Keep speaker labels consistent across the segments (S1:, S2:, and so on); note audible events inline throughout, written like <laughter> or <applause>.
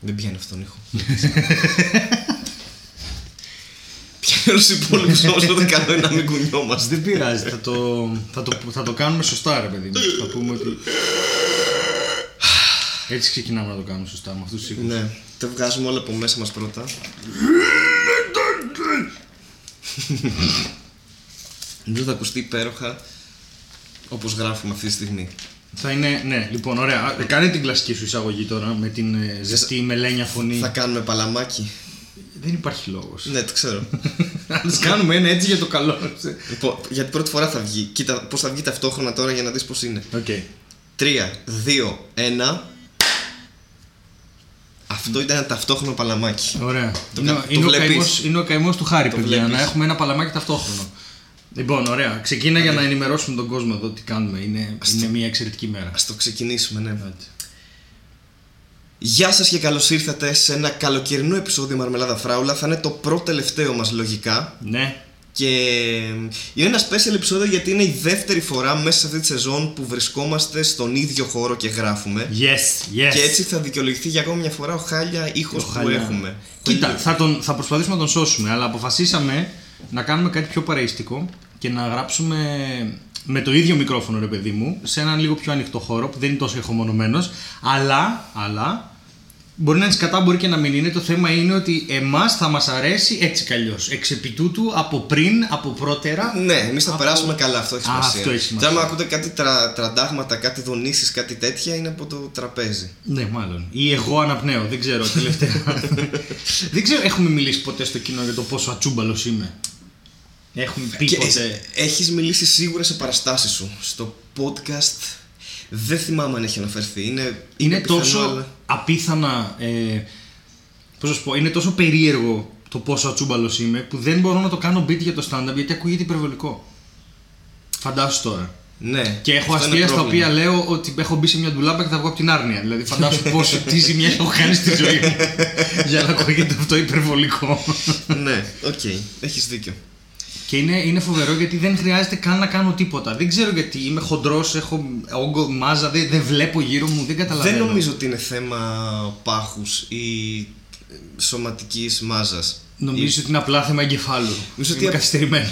S1: Δεν πιάνει αυτόν ήχο. Πιάνει όλους τους υπόλοιπους όμω όταν καλό είναι να μην κουνιόμαστε.
S2: Δεν πειράζει, θα το, θα το, θα το κάνουμε σωστά, ρε παιδί μου. θα πούμε ότι. Έτσι ξεκινάμε να το κάνουμε σωστά με αυτούς τους ήχους.
S1: Ναι, τα βγάζουμε όλα από μέσα μας πρώτα. Δεν θα ακουστεί υπέροχα όπως γράφουμε αυτή τη στιγμή.
S2: Θα είναι, ναι, λοιπόν, ωραία. Α, Κάνε την κλασική σου εισαγωγή τώρα με την ε, ζεστή μελένια φωνή.
S1: Θα κάνουμε παλαμάκι.
S2: Δεν υπάρχει λόγος. <laughs>
S1: Ναι, το ξέρω.
S2: Ας κάνουμε ένα έτσι για το καλό.
S1: λοιπόν, για την πρώτη φορά θα βγει. Κοίτα πώς θα βγει ταυτόχρονα τώρα για να δεις πώς είναι.
S2: Οκ.
S1: 3, 2, 1. Αυτό ήταν ένα ταυτόχρονο παλαμάκι.
S2: Ωραία.
S1: Το
S2: είναι,
S1: κα-
S2: ο-
S1: το
S2: είναι, ο
S1: βλέπεις.
S2: καημός, είναι ο καημός του χάρη, παιδιά.
S1: βλέπεις.
S2: Να έχουμε ένα παλαμάκι ταυτόχρονο. Λοιπόν, ωραία. Ξεκίνα για να ενημερώσουμε τον κόσμο εδώ τι κάνουμε. Είναι, είναι μια εξαιρετική μέρα.
S1: Ας το ξεκινήσουμε, ναι. Γεια σας και καλώς ήρθατε σε ένα καλοκαιρινό επεισόδιο Μαρμελάδα Φράουλα. Θα είναι το πρώτο τελευταίο μας λογικά.
S2: Ναι.
S1: Και ε, είναι ένα special επεισόδιο γιατί είναι η δεύτερη φορά μέσα σε αυτή τη σεζόν που βρισκόμαστε στον ίδιο χώρο και γράφουμε.
S2: Yes, yes.
S1: Και έτσι θα δικαιολογηθεί για ακόμη μια φορά ο χάλια ήχος
S2: Ο
S1: που
S2: Χαλιά.
S1: έχουμε.
S2: Κοίτα, θα, τον, θα προσπαθήσουμε να τον σώσουμε, αλλά αποφασίσαμε να κάνουμε κάτι πιο παρεϊστικό και να γράψουμε με το ίδιο μικρόφωνο, ρε παιδί μου, σε έναν λίγο πιο ανοιχτό χώρο που δεν είναι τόσο ηχομονωμένος. Αλλά, αλλά, μπορεί να είναι σκατά, μπορεί και να μην είναι. Το θέμα είναι ότι εμάς θα μας αρέσει έτσι κι αλλιώς. Εξ επί τούτου, από πριν, από πρώτερα.
S1: Ναι, εμείς θα
S2: Από-
S1: περάσουμε καλά, αυτό έχει
S2: Α,
S1: σημασία.
S2: αυτό έχει
S1: Και
S2: σημασία.
S1: Άμα ακούτε κάτι τρα, τραντάγματα, κάτι δονήσεις, κάτι τέτοια, είναι από το τραπέζι.
S2: Ναι, μάλλον. Ή εγώ αναπνέω, δεν ξέρω
S1: <laughs>
S2: τελευταία. δεν ξέρω, έχουμε μιλήσει ποτέ στο κοινό για το πόσο ατσούμπαλος είμαι. Έχουμε πει
S1: Και
S2: ποτέ.
S1: έχεις μιλήσει σίγουρα σε παραστάσεις σου. Στο podcast δεν θυμάμαι αν έχει αναφερθεί. Είναι,
S2: είναι
S1: πιθανό,
S2: τόσο
S1: αλλά-
S2: απίθανα. Ε, πώς να σου πω, είναι τόσο περίεργο το πόσο ατσούμπαλος είμαι που δεν μπορώ να το κάνω beat για το stand-up γιατί ακούγεται υπερβολικό. Φαντάσου τώρα.
S1: Ναι.
S2: Και έχω
S1: αυτό είναι
S2: αστεία στα
S1: πρόβλημα.
S2: οποία λέω ότι έχω μπει σε μια ντουλάπα και θα βγω από την άρνοια. Δηλαδή, φαντάσου
S1: <laughs>
S2: πόσο τι ζημιά έχω κάνει στη ζωή μου για να ακούγεται αυτό υπερβολικό.
S1: ναι, οκ, έχεις δίκιο.
S2: Και είναι, είναι φοβερό γιατί δεν χρειάζεται καν να κάνω τίποτα. Δεν ξέρω γιατί είμαι χοντρός, έχω όγκο, μάζα, δεν, δεν βλέπω γύρω μου, δεν καταλαβαίνω.
S1: Δεν νομίζω ότι είναι θέμα πάχους ή σωματικής μάζας.
S2: Νομίζω ότι είναι απλά θέμα εγκεφάλου.
S1: Νομίζω ότι
S2: Είμαι
S1: απ-
S2: καθυστερημένος.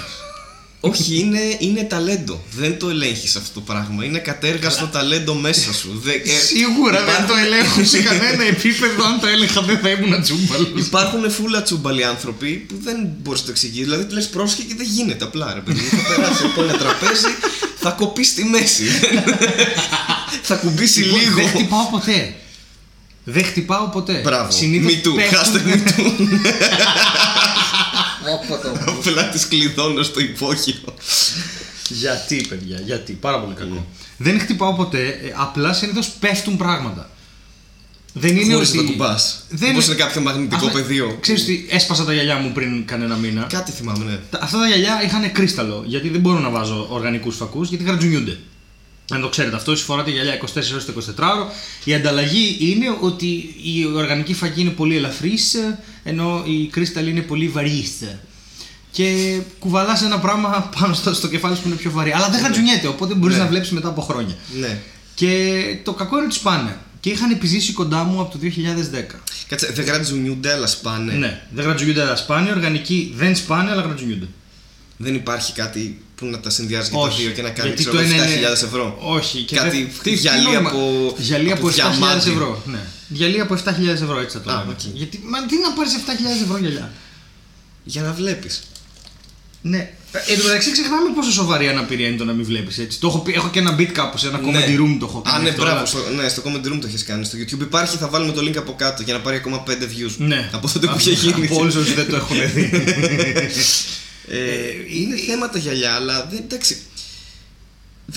S1: Όχι, είναι, είναι ταλέντο. Δεν το ελέγχεις αυτό το πράγμα. Είναι κατέργαστο ταλέντο μέσα σου. Δε- ε,
S2: Σίγουρα δεν το ελέγχω
S1: <laughs>
S2: σε κανένα επίπεδο. Αν το έλεγχα, δεν θα ήμουν τσούμπαλο.
S1: Υπάρχουν φούλα τσούμπαλοι άνθρωποι που δεν μπορείς να το εξηγήσεις. Δηλαδή του λες πρόσχε και δεν γίνεται απλά, ρε παιδί. μου. θα περάσει από ένα τραπέζι, θα κοπείς στη
S2: <laughs>
S1: μέση. θα κουμπίσει λίγο.
S2: Λοιπόν, Δεν χτυπάω ποτέ. Δεν χτυπάω ποτέ.
S1: Μπράβο.
S2: Συνήθως
S1: Me too.
S2: πέφτουν-
S1: Hashtag me too. <laughs> Απλά τις κλειδώνω στο υπόγειο.
S2: Γιατί, παιδιά, γιατί. Πάρα πολύ κακό. Δεν χτυπάω ποτέ. ε, Απλά συνήθως πέφτουν πράγματα. Δεν είναι
S1: Χωρίς
S2: ότι.
S1: να τα κουμπάς. Μήπως είναι κάποιο μαγνητικό
S2: Ας-
S1: πεδίο.
S2: Ξέρεις ότι έσπασα τα γυαλιά μου πριν κανένα μήνα.
S1: Κάτι θυμάμαι, ναι.
S2: Τα- Αυτά τα γυαλιά είχαν κρίσταλο, γιατί δεν μπορώ να βάζω οργανικούς φακούς, γιατί γρατζουνιούνται. Αν το ξέρετε αυτό, εσεί φοράτε γυαλιά 24 ώρες το 24ωρο. Η ανταλλαγή είναι ότι η οργανική φακή είναι πολύ ελαφρύς, ενώ η κρίσταλη είναι πολύ βαρύ. Και κουβαλάς ένα πράγμα πάνω στο, στο κεφάλι σου που είναι πιο βαρύ. Αλλά δεν γρατζουνιέται, οπότε μπορείς
S1: Ναι.
S2: να βλέπεις μετά από χρόνια.
S1: Ναι.
S2: Και το κακό είναι ότι σπάνε. Και είχαν επιζήσει κοντά μου από το 2010.
S1: Κάτσε, δεν γρατζουνιούνται, αλλά σπάνε.
S2: Ναι, δεν γρατζουνιούνται, αλλά σπάνε. Οι Οργανικοί δεν σπάνε, αλλά γρατζουνιούνται.
S1: Δεν υπάρχει κάτι που να τα συνδυάζει και τα
S2: Όχι,
S1: δύο και να κάνει
S2: γιατί
S1: ξέρω,
S2: το
S1: εγώ,
S2: ένα
S1: 7.000
S2: είναι-
S1: ευρώ.
S2: Όχι, και
S1: κάτι
S2: δεν- τι- τι
S1: γυαλί
S2: νόημα.
S1: από.
S2: Γυαλί από 7.000
S1: διαμάντι.
S2: ευρώ. Ναι. Γυαλί από 7.000 ευρώ, έτσι θα το
S1: Α,
S2: λέμε.
S1: οκ.
S2: Γιατί, μα τι να πάρεις 7.000 ευρώ γυαλιά.
S1: Για να βλέπεις.
S2: Ναι. Ε, Εν τω μεταξύ ξεχνάμε πόσο σοβαρή αναπηρία είναι το να μην βλέπεις έτσι. Το έχω, πει- έχω και ένα beat κάπου σε ένα comedy room το έχω κάνει.
S1: Α, ναι,
S2: αυτό,
S1: μπράβο,
S2: αλλά-
S1: στο, ναι, στο comment room το έχεις κάνει. Στο YouTube υπάρχει, θα βάλουμε το link από κάτω για να πάρει ακόμα 5 views.
S2: Ναι.
S1: Από τότε που είχε γίνει.
S2: Από όλους όσους δεν το έχουν δει.
S1: <laughs> Ε, είναι θέμα τα γυαλιά, αλλά δεν. Εντάξει.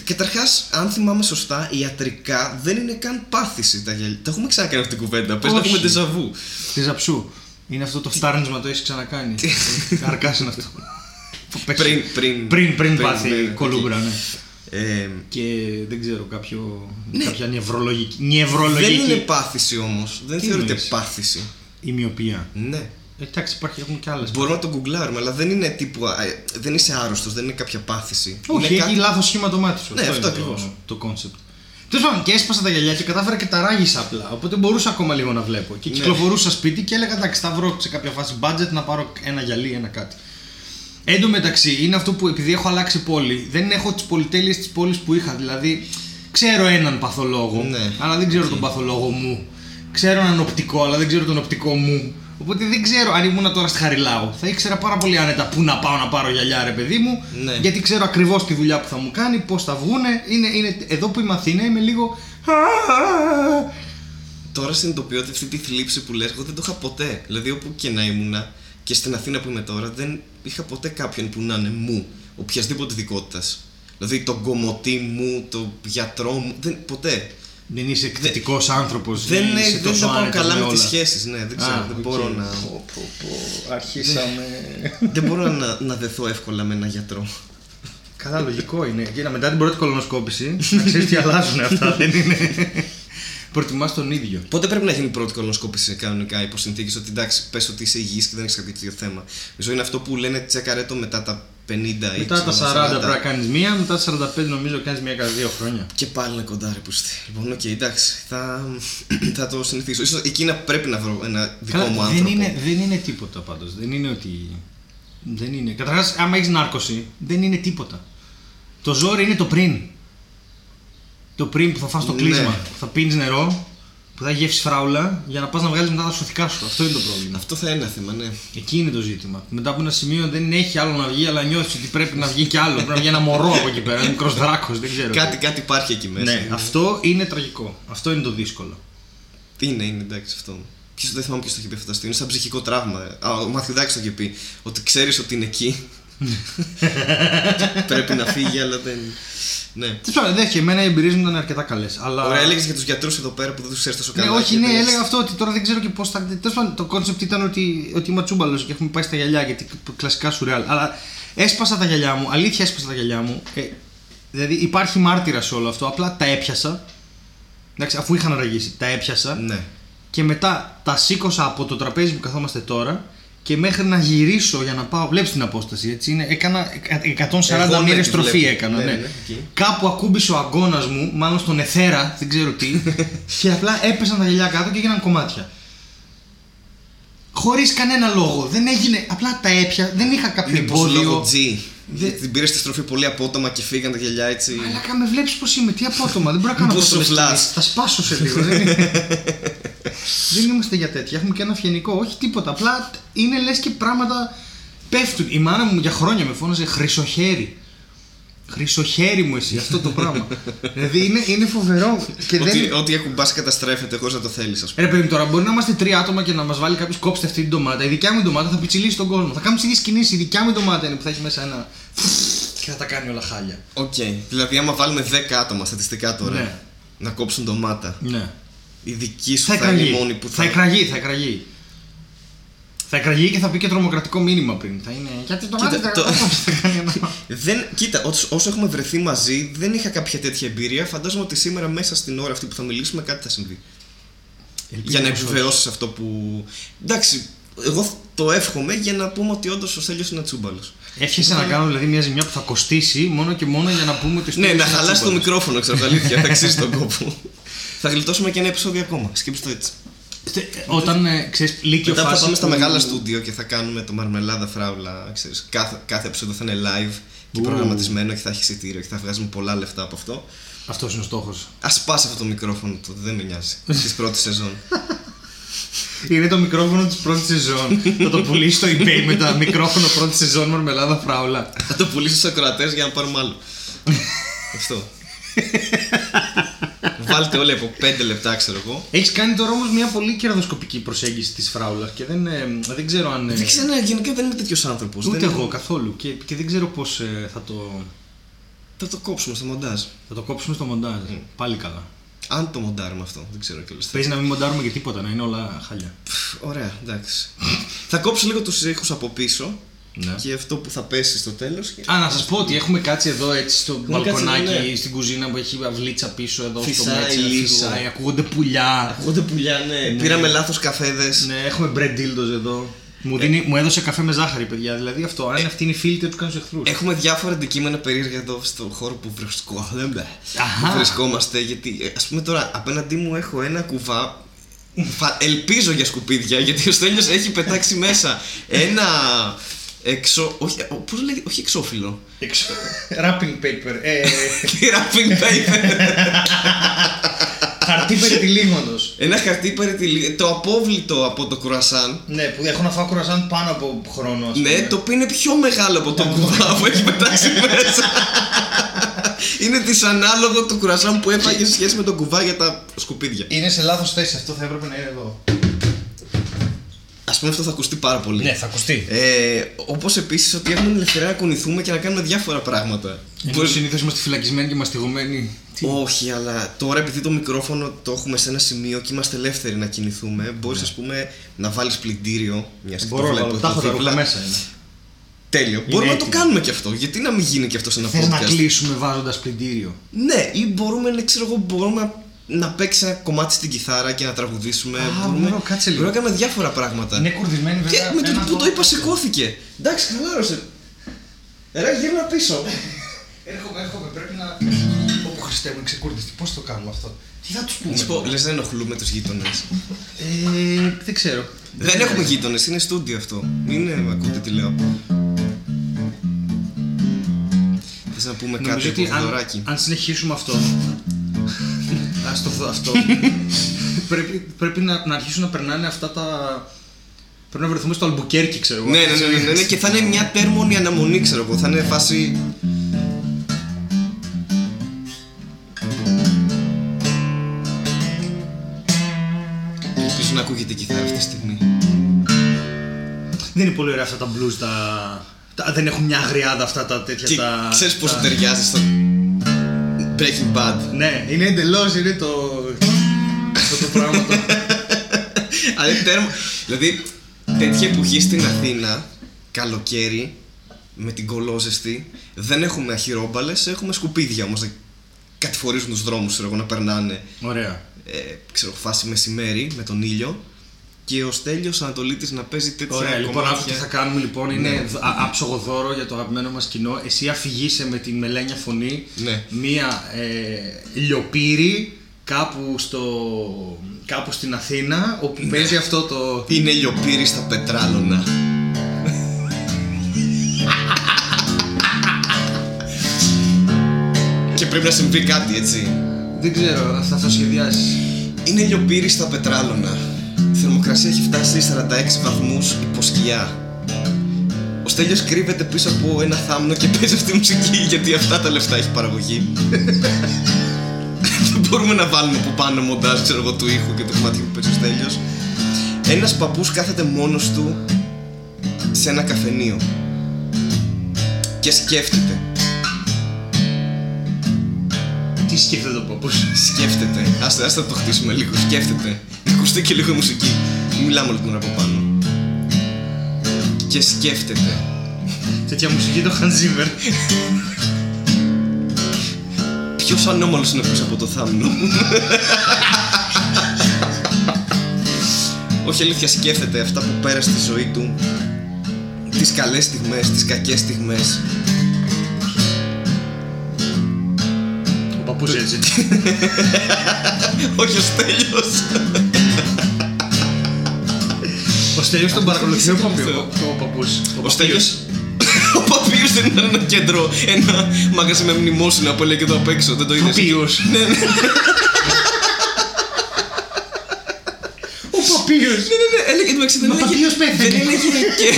S1: Καταρχά, αν θυμάμαι σωστά, ιατρικά δεν είναι καν πάθηση τα γυαλιά. Τα έχουμε ξανακάνει αυτή την κουβέντα. Πες να
S2: Όχι.
S1: έχουμε τεζαβού.
S2: Τη ζαψού. Είναι αυτό το φτάρνισμα το έχεις ξανακάνει. Αρκά είναι αυτό. Που πέσει-
S1: Πριν- πριν-
S2: πριν, πριν
S1: πριν,
S2: πάθει
S1: ναι,
S2: η
S1: ναι,
S2: κολούμπρα, ναι.
S1: Ε,
S2: και δεν ξέρω, κάποιο, κάποια νευρολογική, νευρολογική
S1: δεν είναι πάθηση όμως. Δεν
S2: Τι
S1: θεωρείται
S2: εννοείς?
S1: πάθηση.
S2: ημιοπία.
S1: Ναι.
S2: Εντάξει, υπάρχει, έχουν και άλλες.
S1: Μπορούμε να το γκουγκλάρουμε, αλλά δεν είναι τύπου. α, ε, δεν είσαι άρρωστος, δεν είναι κάποια πάθηση.
S2: Όχι,
S1: είναι
S2: έχει λάθος σχήμα το μάτι σου.
S1: Ναι, αυτό
S2: είναι το-
S1: ακριβώς.
S2: το κόνσεπτ. Τέλος πάντων, και έσπασα τα γυαλιά και κατάφερα και τα ράγισα απλά. Οπότε μπορούσα ακόμα λίγο να βλέπω. Και
S1: Ναι.
S2: κυκλοφορούσα σπίτι και έλεγα εντάξει, θα βρω σε κάποια φάση budget να πάρω ένα γυαλί, ένα κάτι. Εν τω μεταξύ, είναι αυτό που επειδή έχω αλλάξει πόλη, δεν έχω τις πολυτέλειες της πόλης που είχα. Δηλαδή, ξέρω έναν παθολόγο,
S1: Ναι.
S2: αλλά δεν ξέρω τον παθολόγο μου. Ξέρω έναν οπτικό, αλλά δεν ξέρω τον οπτικό μου. Οπότε δεν ξέρω αν ήμουν τώρα στη Χαριλάου. Θα ήξερα πάρα πολύ άνετα πού να πάω να πάρω γυαλιά, ρε παιδί μου.
S1: Ναι.
S2: Γιατί ξέρω ακριβώς τη δουλειά που θα μου κάνει, πώς θα βγούνε. Είναι, είναι... Εδώ που είμαι Αθήνα είμαι λίγο.
S1: Τώρα συνειδητοποιώ ότι αυτή τη θλίψη που λες, εγώ δεν το είχα ποτέ. Δηλαδή, όπου και να ήμουνα και στην Αθήνα που είμαι τώρα, δεν είχα ποτέ κάποιον που να είναι μου, οποιασδήποτε δικότητα. Δηλαδή, τον κομμωτή μου, τον γιατρό μου, δεν, ποτέ.
S2: Δεν είσαι εκθετικό άνθρωπος.
S1: Δεν, ε, δεν τα πάω καλά με τι σχέσεις, ναι, δεν ξέρω.
S2: Α,
S1: δεν,
S2: οκ.
S1: μπορώ να, Ναι.
S2: Αρχίσαμε.
S1: δεν μπορώ να, να δεθώ εύκολα με ένα γιατρό.
S2: Καλά, λογικό είναι. Κοίτα, μετά την πρώτη κολονοσκόπηση, να ξέρεις τι αλλάζουν αυτά. δεν είναι. Προτιμάς τον ίδιο.
S1: Πότε πρέπει να γίνει η πρώτη κολονοσκόπηση κανονικά υπό συνθήκες ότι εντάξει, πες ότι είσαι υγιής και δεν έχεις κάποιο θέμα. Νομίζω είναι αυτό που λένε τσέκαρε το μετά τα 50 ή
S2: Μετά τα 40
S1: ξέρω,
S2: πρέπει να κάνεις μία, μετά τα 45 νομίζω κάνεις μία κάθε δύο χρόνια.
S1: Και πάλι είναι κοντά ρε πούστη. Λοιπόν, οκ, εντάξει, θα, <clears throat> θα το συνηθίσω. Ίσως εκεί να πρέπει να βρω ένα δικό
S2: Καλά,
S1: μου
S2: δεν,
S1: άνθρωπο.
S2: είναι, δεν είναι τίποτα πάντως. Δεν είναι ότι. Δεν είναι. Καταρχάς, άμα έχεις νάρκωση, δεν είναι τίποτα. Το ζόρι είναι το πριν. Το πριν που θα φας το
S1: Ναι.
S2: κλείσμα. Που θα πίνεις νερό, που θα γεύσεις φράουλα για να πας να βγάλεις μετά τα σωθικά σου. Αυτό είναι το πρόβλημα.
S1: Αυτό θα είναι ένα θέμα, ναι.
S2: Εκεί είναι το ζήτημα. Μετά από ένα σημείο δεν έχει άλλο να βγει, αλλά νιώθεις ότι πρέπει να βγει κι άλλο. πρέπει να βγει ένα μωρό από εκεί πέρα. Ένα μικρός δράκος, δεν ξέρω.
S1: Κάτι, κάτι υπάρχει εκεί μέσα.
S2: Ναι, αυτό είναι τραγικό. Αυτό είναι το δύσκολο.
S1: Τι είναι, είναι εντάξει αυτό. Ποιος, δεν θυμάμαι ποιος το είχε πει αυτό. το αστείο. Είναι σαν ψυχικό τραύμα. Α, ο Μαθιουδάκη το είχε πει. Ότι ξέρεις ότι είναι
S2: <laughs>
S1: εκεί. πρέπει να φύγει, αλλά δεν. Ναι.
S2: Τι πάντων, δεν και εμένα οι εμπειρίες μου ήταν αρκετά καλές. Αλλά...
S1: Ωραία, έλεγες για τους γιατρούς εδώ πέρα που δεν τους ξέρεις τόσο
S2: Ναι,
S1: καλά.
S2: όχι,
S1: και
S2: ναι,
S1: δεν-
S2: έλεγα αυτό ότι τώρα δεν ξέρω και πώς θα. Τέλος πάντων, το κόνσεπτ ήταν ότι, ότι είμαι τσούμπαλος και έχουμε πάει στα γυαλιά γιατί κλασικά σουρεάλ. Αλλά έσπασα τα γυαλιά μου, αλήθεια έσπασα τα γυαλιά μου. Ε, δηλαδή υπάρχει μάρτυρα σε όλο αυτό. Απλά τα έπιασα. Εντάξει, αφού είχαν ραγίσει, τα έπιασα.
S1: Ναι.
S2: Και μετά τα σήκωσα από το τραπέζι που καθόμαστε τώρα και μέχρι να γυρίσω για να πάω. Βλέπεις την απόσταση, έτσι. Είναι, έκανα εκα- 140
S1: Εγώ
S2: μοίρε
S1: ναι, τη
S2: στροφή.
S1: βλέπω.
S2: Έκανα,
S1: Ναι,
S2: ναι,
S1: ναι, εκεί.
S2: Κάπου ακούμπησε ο αγκώνα μου, μάλλον στον εθέρα, δεν ξέρω τι.
S1: <laughs>
S2: και απλά έπεσαν τα γυαλιά κάτω και έγιναν κομμάτια. Χωρίς κανένα λόγο. Δεν έγινε. Απλά τα έπια. Δεν είχα κάποιο
S1: Λοιπόν, λόγω
S2: εμπόδιο.
S1: G.
S2: Δε-
S1: Την πήρες στη στροφή πολύ απότομα και φύγαν τα γυαλιά έτσι.
S2: Αλλά με βλέπεις πώς είμαι, τι απότομα. Δεν μπορώ να κάνω
S1: Πόσο
S2: απότομες
S1: φλάς.
S2: κινήσεις. Θα σπάσω σε λίγο. δεν, είναι- δεν είμαστε για τέτοια. Έχουμε και ένα φιενικό. Όχι τίποτα. Απλά είναι λες και πράγματα πέφτουν. Η μάνα μου για χρόνια με φώναζε χρυσοχέρι. Χρυσοχέρι μου εσύ, αυτό το πράγμα. δηλαδή είναι, είναι φοβερό. Και δεν...
S1: Ό,τι, ό,τι ακουμπάς καταστρέφεται χωρίς να το θέλεις, ας πούμε.
S2: Ρε παιδί μου, τώρα μπορεί να είμαστε τρία άτομα και να μας βάλει κάποιος κόψτε αυτή την ντομάτα. Η δικιά μου η ντομάτα θα πιτσιλίσει τον κόσμο. Θα κάνουμε τις ίδιες κινήσεις. Η δικιά μου η ντομάτα είναι που θα έχει μέσα ένα. και θα τα κάνει όλα χάλια.
S1: Οκ. Δηλαδή, άμα βάλουμε 10 άτομα στατιστικά τώρα
S2: Ναι.
S1: να κόψουν ντομάτα,
S2: Ναι.
S1: η δική σου
S2: θα
S1: θα, είναι η μόνη
S2: εκραγεί.
S1: που θα.
S2: Θα εκραγεί, θα εκραγεί. Θα εκραγεί και θα πει και τρομοκρατικό μήνυμα πριν. Θα είναι. Γιατί το
S1: Κοίτα,
S2: μάθατε,
S1: το-
S2: το... θα κάνει ένα.
S1: Δεν, κοίτα, ό- όσο έχουμε βρεθεί μαζί, δεν είχα κάποια τέτοια εμπειρία. Φαντάζομαι ότι σήμερα, μέσα στην ώρα αυτή που θα μιλήσουμε, κάτι θα συμβεί. για να
S2: Ελπίζω πως
S1: επιβεβαιώσεις αυτό που. Εντάξει, εγώ το εύχομαι για να πούμε ότι όντως ο Στέλιος είναι τσούμπαλο.
S2: όχι. Εύχεσαι να κάνω δηλαδή μια ζημιά που θα κοστίσει μόνο και μόνο για να πούμε ότι. ο
S1: Ναι,
S2: Στέλιος
S1: να
S2: είναι
S1: χαλάσει το
S2: τσούμπαλος.
S1: μικρόφωνο, ξέρω, αλήθεια. θα αξίζει
S2: <laughs>
S1: τον κόπο. θα γλιτώσουμε και ένα επεισόδιο ακόμα. Σκέψτε το έτσι.
S2: Όταν ε, ξέρεις, λύκειο
S1: Μετά θα
S2: φάση
S1: πάμε στα
S2: που-
S1: μεγάλα στούντιο και θα κάνουμε το μαρμελάδα φράουλα. Ξέρεις, κάθε, κάθε επεισόδιο θα είναι live και
S2: Ου.
S1: προγραμματισμένο και θα έχει εισιτήριο και θα βγάζουμε πολλά λεφτά από αυτό.
S2: Αυτός είναι ο στόχος.
S1: Ας πάσει αυτό το μικρόφωνο του, δεν με νοιάζει. Της πρώτης σεζόν.
S2: <laughs> Είναι το μικρόφωνο της πρώτης σεζόν. θα το πουλήσει στο eBay μετά. Μικρόφωνο πρώτης σεζόν μαρμελάδα φράουλα.
S1: θα το πουλήσω στους ακροατές για να πάρουμε άλλο. αυτό. Βάλτε όλοι από 5 λεπτά, ξέρω εγώ.
S2: Έχεις κάνει τώρα όμως μια πολύ κερδοσκοπική προσέγγιση της φράουλα και δεν, ε, δεν ξέρω αν. ε,
S1: Δεν ξέρω, ναι, γενικά δεν είμαι τέτοιος άνθρωπος.
S2: Ούτε εγώ καθόλου και, και δεν ξέρω πώς ε, θα, το,
S1: Θα το κόψουμε στο μοντάζ.
S2: θα το κόψουμε στο μοντάζ. Πάλι καλά.
S1: Αν το μοντάρουμε αυτό, δεν ξέρω κιόλας.
S2: Παίζει να μην μοντάρουμε και τίποτα, να είναι όλα χαλιά.
S1: Ωραία, εντάξει. θα κόψω λίγο τους ήχους από πίσω
S2: Ναι.
S1: και αυτό που θα πέσει στο τέλος. Και...
S2: Α, να σας πω ότι έχουμε κάτσει εδώ έτσι στο
S1: κάτσει εδώ,
S2: μπαλκονάκι,
S1: ναι.
S2: στην κουζίνα που έχει αυλίτσα πίσω εδώ
S1: Φυσάει,
S2: στο μέτσι.
S1: λύσο.
S2: φυσάει, ακούγονται πουλιά.
S1: Ούτε πουλιά, ναι. Πήραμε λάθος καφέδες.
S2: ναι, έχουμε bread dildos εδώ. Μου, δίνει, μου έδωσε καφέ με ζάχαρη, παιδιά. Δηλαδή αυτό. Αν αυτή είναι η φίλη του, του κάνουν εχθρούς.
S1: Έχουμε διάφορα αντικείμενα περίεργα εδώ στον χώρο που βρισκόμαστε.
S2: Αχα.
S1: Που βρισκόμαστε, γιατί ας πούμε τώρα απέναντί μου έχω ένα κουβά. φα- Ελπίζω για σκουπίδια, γιατί ο Στέλιος έχει πετάξει μέσα ένα. Εξω... Όχι, ο- πώς λέγεται, όχι εξώφυλλο. <laughs>
S2: Ε. Wrapping paper. Ε, <laughs>
S1: Wrapping paper.
S2: χαρτί περιτυλίγματος.
S1: ένα χαρτί περιτυλίγματος, Το απόβλητο από το κουρασάν.
S2: Ναι, που έχω να φάω κουρασάν πάνω από χρόνο.
S1: Ναι, το οποίο είναι πιο μεγάλο από το
S2: Ναι.
S1: κουβά που έχει πετάξει μέσα. είναι δυσανάλογο του κουρασάν που έφαγε σε σχέση με τον κουβά για τα σκουπίδια.
S2: Είναι σε λάθος θέση αυτό, θα έπρεπε να είναι εδώ.
S1: Ας πούμε αυτό θα ακουστεί πάρα πολύ.
S2: Ναι, θα ακουστεί.
S1: Ε, Όπως επίσης ότι έχουμε την ελευθερία να κουνηθούμε και να κάνουμε διάφορα πράγματα.
S2: Ενώ
S1: Μπορεί-
S2: συνήθως είμαστε φυλακισμένοι και μαστιγωμένοι.
S1: Ε, Όχι, αλλά τώρα επειδή το μικρόφωνο το έχουμε σε ένα σημείο και είμαστε ελεύθεροι να κινηθούμε, μπορείς ας πούμε να βάλεις πλυντήριο. Μιας στιγμή
S2: Ναι. Ε, Μπορώ να βάλω τα έχω τα ρούχα μέσα.
S1: Ε,
S2: ναι.
S1: Τέλειο. Μπορούμε να το
S2: έτοιμο.
S1: κάνουμε και αυτό. Γιατί να μην γίνει και αυτό σε ένα
S2: Θες να
S1: podcast.
S2: κλείσουμε βάζοντας πλυντήριο.
S1: Ναι, ή μπορούμε, να ξέρω εγώ, μπορούμε να, να παίξει ένα κομμάτι στην κιθάρα και να τραγουδήσουμε.
S2: Α,
S1: μπορούμε,
S2: ωραίο, κάτσε λίγο.
S1: μπορούμε να κάνουμε διάφορα πράγματα.
S2: Είναι κουρδισμένοι
S1: Ναι. και
S2: βέβαια.
S1: με το
S2: απέναντι
S1: που το
S2: στο-
S1: είπα, σηκώθηκε. Εντάξει, χαλάρωσε. Ρε, γύρνα πίσω.
S2: Έρχομαι, έρχομαι, πρέπει να. Όπου Χριστέ μου, ξεκούρδιστη, πώς το κάνουμε αυτό. Τι θα τους
S1: Να σου πω, λες να ενοχλούμε τους γείτονες.
S2: Ε, δεν ξέρω. Ε,
S1: Δεν έχουμε γείτονες, είναι στούντιο αυτό. Μην ε, ακούτε τι λέω. Θες να πούμε κάτι
S2: Νομίζω
S1: από
S2: ότι αν,
S1: δωράκι.
S2: αν συνεχίσουμε αυτό.
S1: <laughs>
S2: ας το δω αυτό. πρέπει, πρέπει να, να αρχίσουν να περνάνε αυτά τα. Πρέπει να βρεθούμε στο Αλμπουκέρκι, ξέρω εγώ.
S1: Ναι, ναι, ναι, ναι, ναι, και θα είναι μια τέρμονη αναμονή, ξέρω εγώ. Θα είναι φάση. Ελπίζω να ακούγεται η κιθάρα αυτή τη στιγμή.
S2: Δεν είναι πολύ ωραία αυτά τα blues, τα. τα- δεν έχουν μια αγριάδα αυτά τα τέτοια.
S1: Και
S2: τα,
S1: ξέρεις πώ
S2: τα-
S1: ταιριάζει στο. Breaking Bad.
S2: Ναι, είναι εντελώς, είναι το. αυτό το πράγμα. το-
S1: Αλλά είναι τέρμα. Δηλαδή, τέτοια εποχή στην Αθήνα, καλοκαίρι, με την κολόζεστη, δεν έχουμε αχυρόμπαλες, έχουμε σκουπίδια όμως. Κατηφορίζουν τους δρόμους, ξέρω εγώ, να περνάνε.
S2: Ωραία.
S1: Ε, ξέρω, φάση μεσημέρι με τον ήλιο. Και ο Στέλιος Ανατολίτης να παίζει τέτοια
S2: Ωραία, λοιπόν, αυτό που
S1: κομμάτια.
S2: θα κάνουμε λοιπόν
S1: Ναι.
S2: είναι δ- α- άψογο δώρο για το αγαπημένο μας κοινό. Εσύ αφηγείσαι με τη μελένια φωνή
S1: Ναι.
S2: μία ε, λιοπύρη κάπου, στο, κάπου στην Αθήνα όπου
S1: Ναι.
S2: παίζει αυτό το...
S1: Είναι λιοπύρι στα
S2: <laughs>
S1: πετράλωνα. και πρέπει να συμβεί κάτι, έτσι.
S2: Δεν ξέρω, θα το σχεδιάσεις.
S1: Είναι λιοπύρι στα πετράλωνα. Η θερμοκρασία έχει φτάσει 46 βαθμούς υπό σκιά. Ο Στέλιος κρύβεται πίσω από ένα θάμνο και παίζει αυτή τη μουσική γιατί αυτά τα λεφτά έχει παραγωγή. <laughs> Δεν μπορούμε να βάλουμε από πάνω μοντάζ ξέρω εγώ του ήχου και του κομματιού που παίζει ο Στέλιος. Ένας παππούς κάθεται μόνος του σε ένα καφενείο και σκέφτεται.
S2: Τι σκέφτεται ο παππούς.
S1: Σκέφτεται. Άστε, άστε να το χτίσουμε λίγο. Σκέφτεται. Ακούστε και λίγο η μουσική. Μην Μιλάμε όλη την ώρα από πάνω. Και σκέφτεται.
S2: Τέτοια μουσική το Hans Zimmer.
S1: Ποιος ανώμαλος είναι πίσω από το <laughs> θάμνο. Όχι αλήθεια, σκέφτεται αυτά που πέρασε στη ζωή του. Τις καλές στιγμές, τις κακές στιγμές.
S2: Ο παππούς έτσι.
S1: Όχι ο Στέλιος.
S2: Ο Στέλιος τον παρακολουθεί ο
S1: Αυτό
S2: παππού.
S1: σκέφτεται.
S2: Ο παππούς.
S1: Ο Στέλιος... Ο Παπίος δεν ήταν ένα κέντρο, ένα μάγαζι με μνημόσυνα που έλεγε εδώ απ' έξω, δεν το είδες.
S2: Παππίος.
S1: Ναι,
S2: Ο παππίος.
S1: Ναι, ναι, ναι, έλεγε του μεταξύ δεν
S2: Μα
S1: έλεγε.
S2: παπίος πέθανε.
S1: Δεν έλεγε και.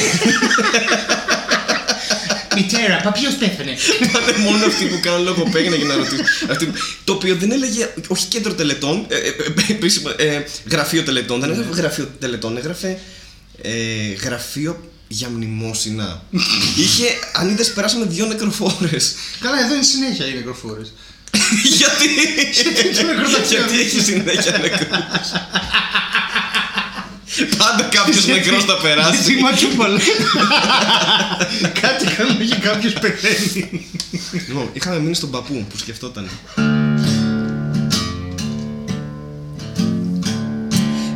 S2: Μητέρα, παππίος πέθανε.
S1: Πάνε μόνο αυτοί που κάνουν λογοπαίγνια για να ρωτήσουν. Αυτοί- Το οποίο δεν έλεγε. Όχι κέντρο τελετών. ε, ε, ε, επίσημα, ε, γραφείο τελετών. Δεν έγραφε γραφείο τελετών. Έγραφε ε, γραφείο για μνημόσυνα. Είχε, αν είδες, περάσαμε δύο νεκροφόρες.
S2: Καλά, εδώ είναι συνέχεια οι νεκροφόρες.
S1: Γιατί.
S2: το νεκροταφείο.
S1: Γιατί έχει συνέχεια νεκρού. Πάντα κάποιος νεκρός θα περάσει.
S2: Εσύ ματσούπαλ. Κάτι κάνουμε και κάποιος πεθαίνει.
S1: Λοιπόν, είχαμε μείνει στον παππού που σκεφτόταν.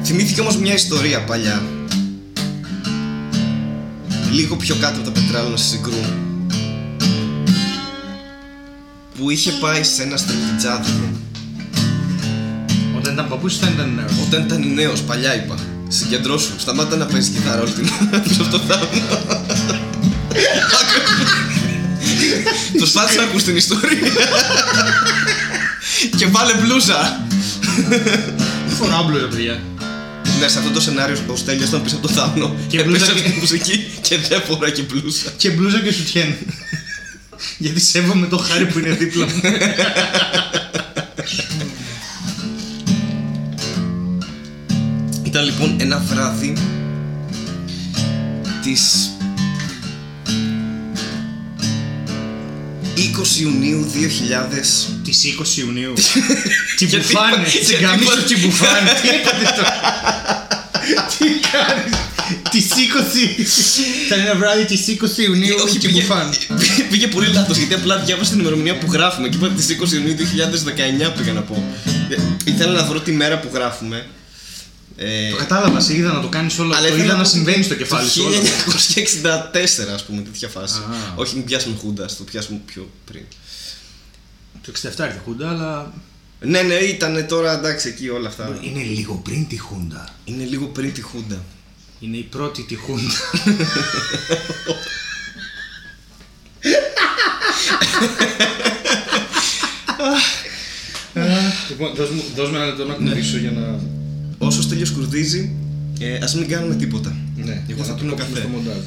S1: Θυμήθηκε όμως μια ιστορία παλιά λίγο πιο κάτω από τα πετράλαιο σε συγκρούν. Που είχε πάει σε ένα στριπτιτζάδικο.
S2: Όταν ήταν παππούς ήταν ήταν νέος.
S1: Όταν ήταν νέος, παλιά είπα. Συγκεντρώσου, σταμάτα να παίζεις κιθάρα όλη την ώρα σε αυτό το θάμνο. Προσπάθησε να ακούς την ιστορία. Και βάλε μπλούζα.
S2: Δεν φοράω μπλούζα, παιδιά.
S1: Ναι, σε αυτό το σενάριο ο Στέλιος ήταν πίσω από το θάμνο.
S2: Και
S1: Και
S2: μπλούζα
S1: μπλούζα
S2: και-
S1: και μουσική και δεν φορά και μπλούζα.
S2: Και μπλούζα και σουτιέν. Γιατί σέβομαι το χάρι που είναι δίπλα μου.
S1: Ήταν λοιπόν ένα βράδυ της 20 Ιουνίου 2000
S2: Τη 20 <laughs> Ιουνίου. Τι
S1: Γιατί-
S2: μπουφάνε,
S1: γιατί-
S2: τι γαμίσω τι μπουφάνε. <laughs> Τι είπατε τώρα. Τι κάνεις. Τη 20. Ήταν ένα βράδυ της 20 Ιουνίου.
S1: όχι,
S2: τι
S1: πήγε,
S2: μπουφάνε.
S1: πήγε- πήγε πολύ λάθος γιατί απλά διάβασα την ημερομηνία που γράφουμε και είπα τις 20 Ιουνίου 2019 πήγα να πω. Ε, Ήθελα να βρω τη μέρα που γράφουμε. Ε,
S2: Το κατάλαβα, σε είδα να το κάνεις όλο. Το
S1: ήθελα
S2: είδα να
S1: πω-
S2: συμβαίνει στο κεφάλι σου.
S1: Το
S2: όλο.
S1: 1964 ας πούμε, τέτοια φάση.
S2: Α.
S1: Όχι, μην πιάσουμε χούντα, ας το πιάσουμε πιο πριν.
S2: Το 67 ήρθε η Χούντα, αλλά.
S1: Ναι, ναι, ήταν τώρα εντάξει εκεί όλα αυτά.
S2: Είναι λίγο πριν τη Χούντα.
S1: Είναι λίγο πριν τη Χούντα.
S2: Είναι η πρώτη τη Χούντα. Λοιπόν, δώσ' μου- δώσ' μου ένα λεπτό να κουμπίσω για να.
S1: Όσο τέλειο σκουρδίζει, ε, ας μην κάνουμε τίποτα.
S2: Ναι,
S1: Εγώ
S2: για
S1: θα
S2: να το
S1: πίνω
S2: κόψουμε
S1: καφέ.
S2: στο μοντάζ.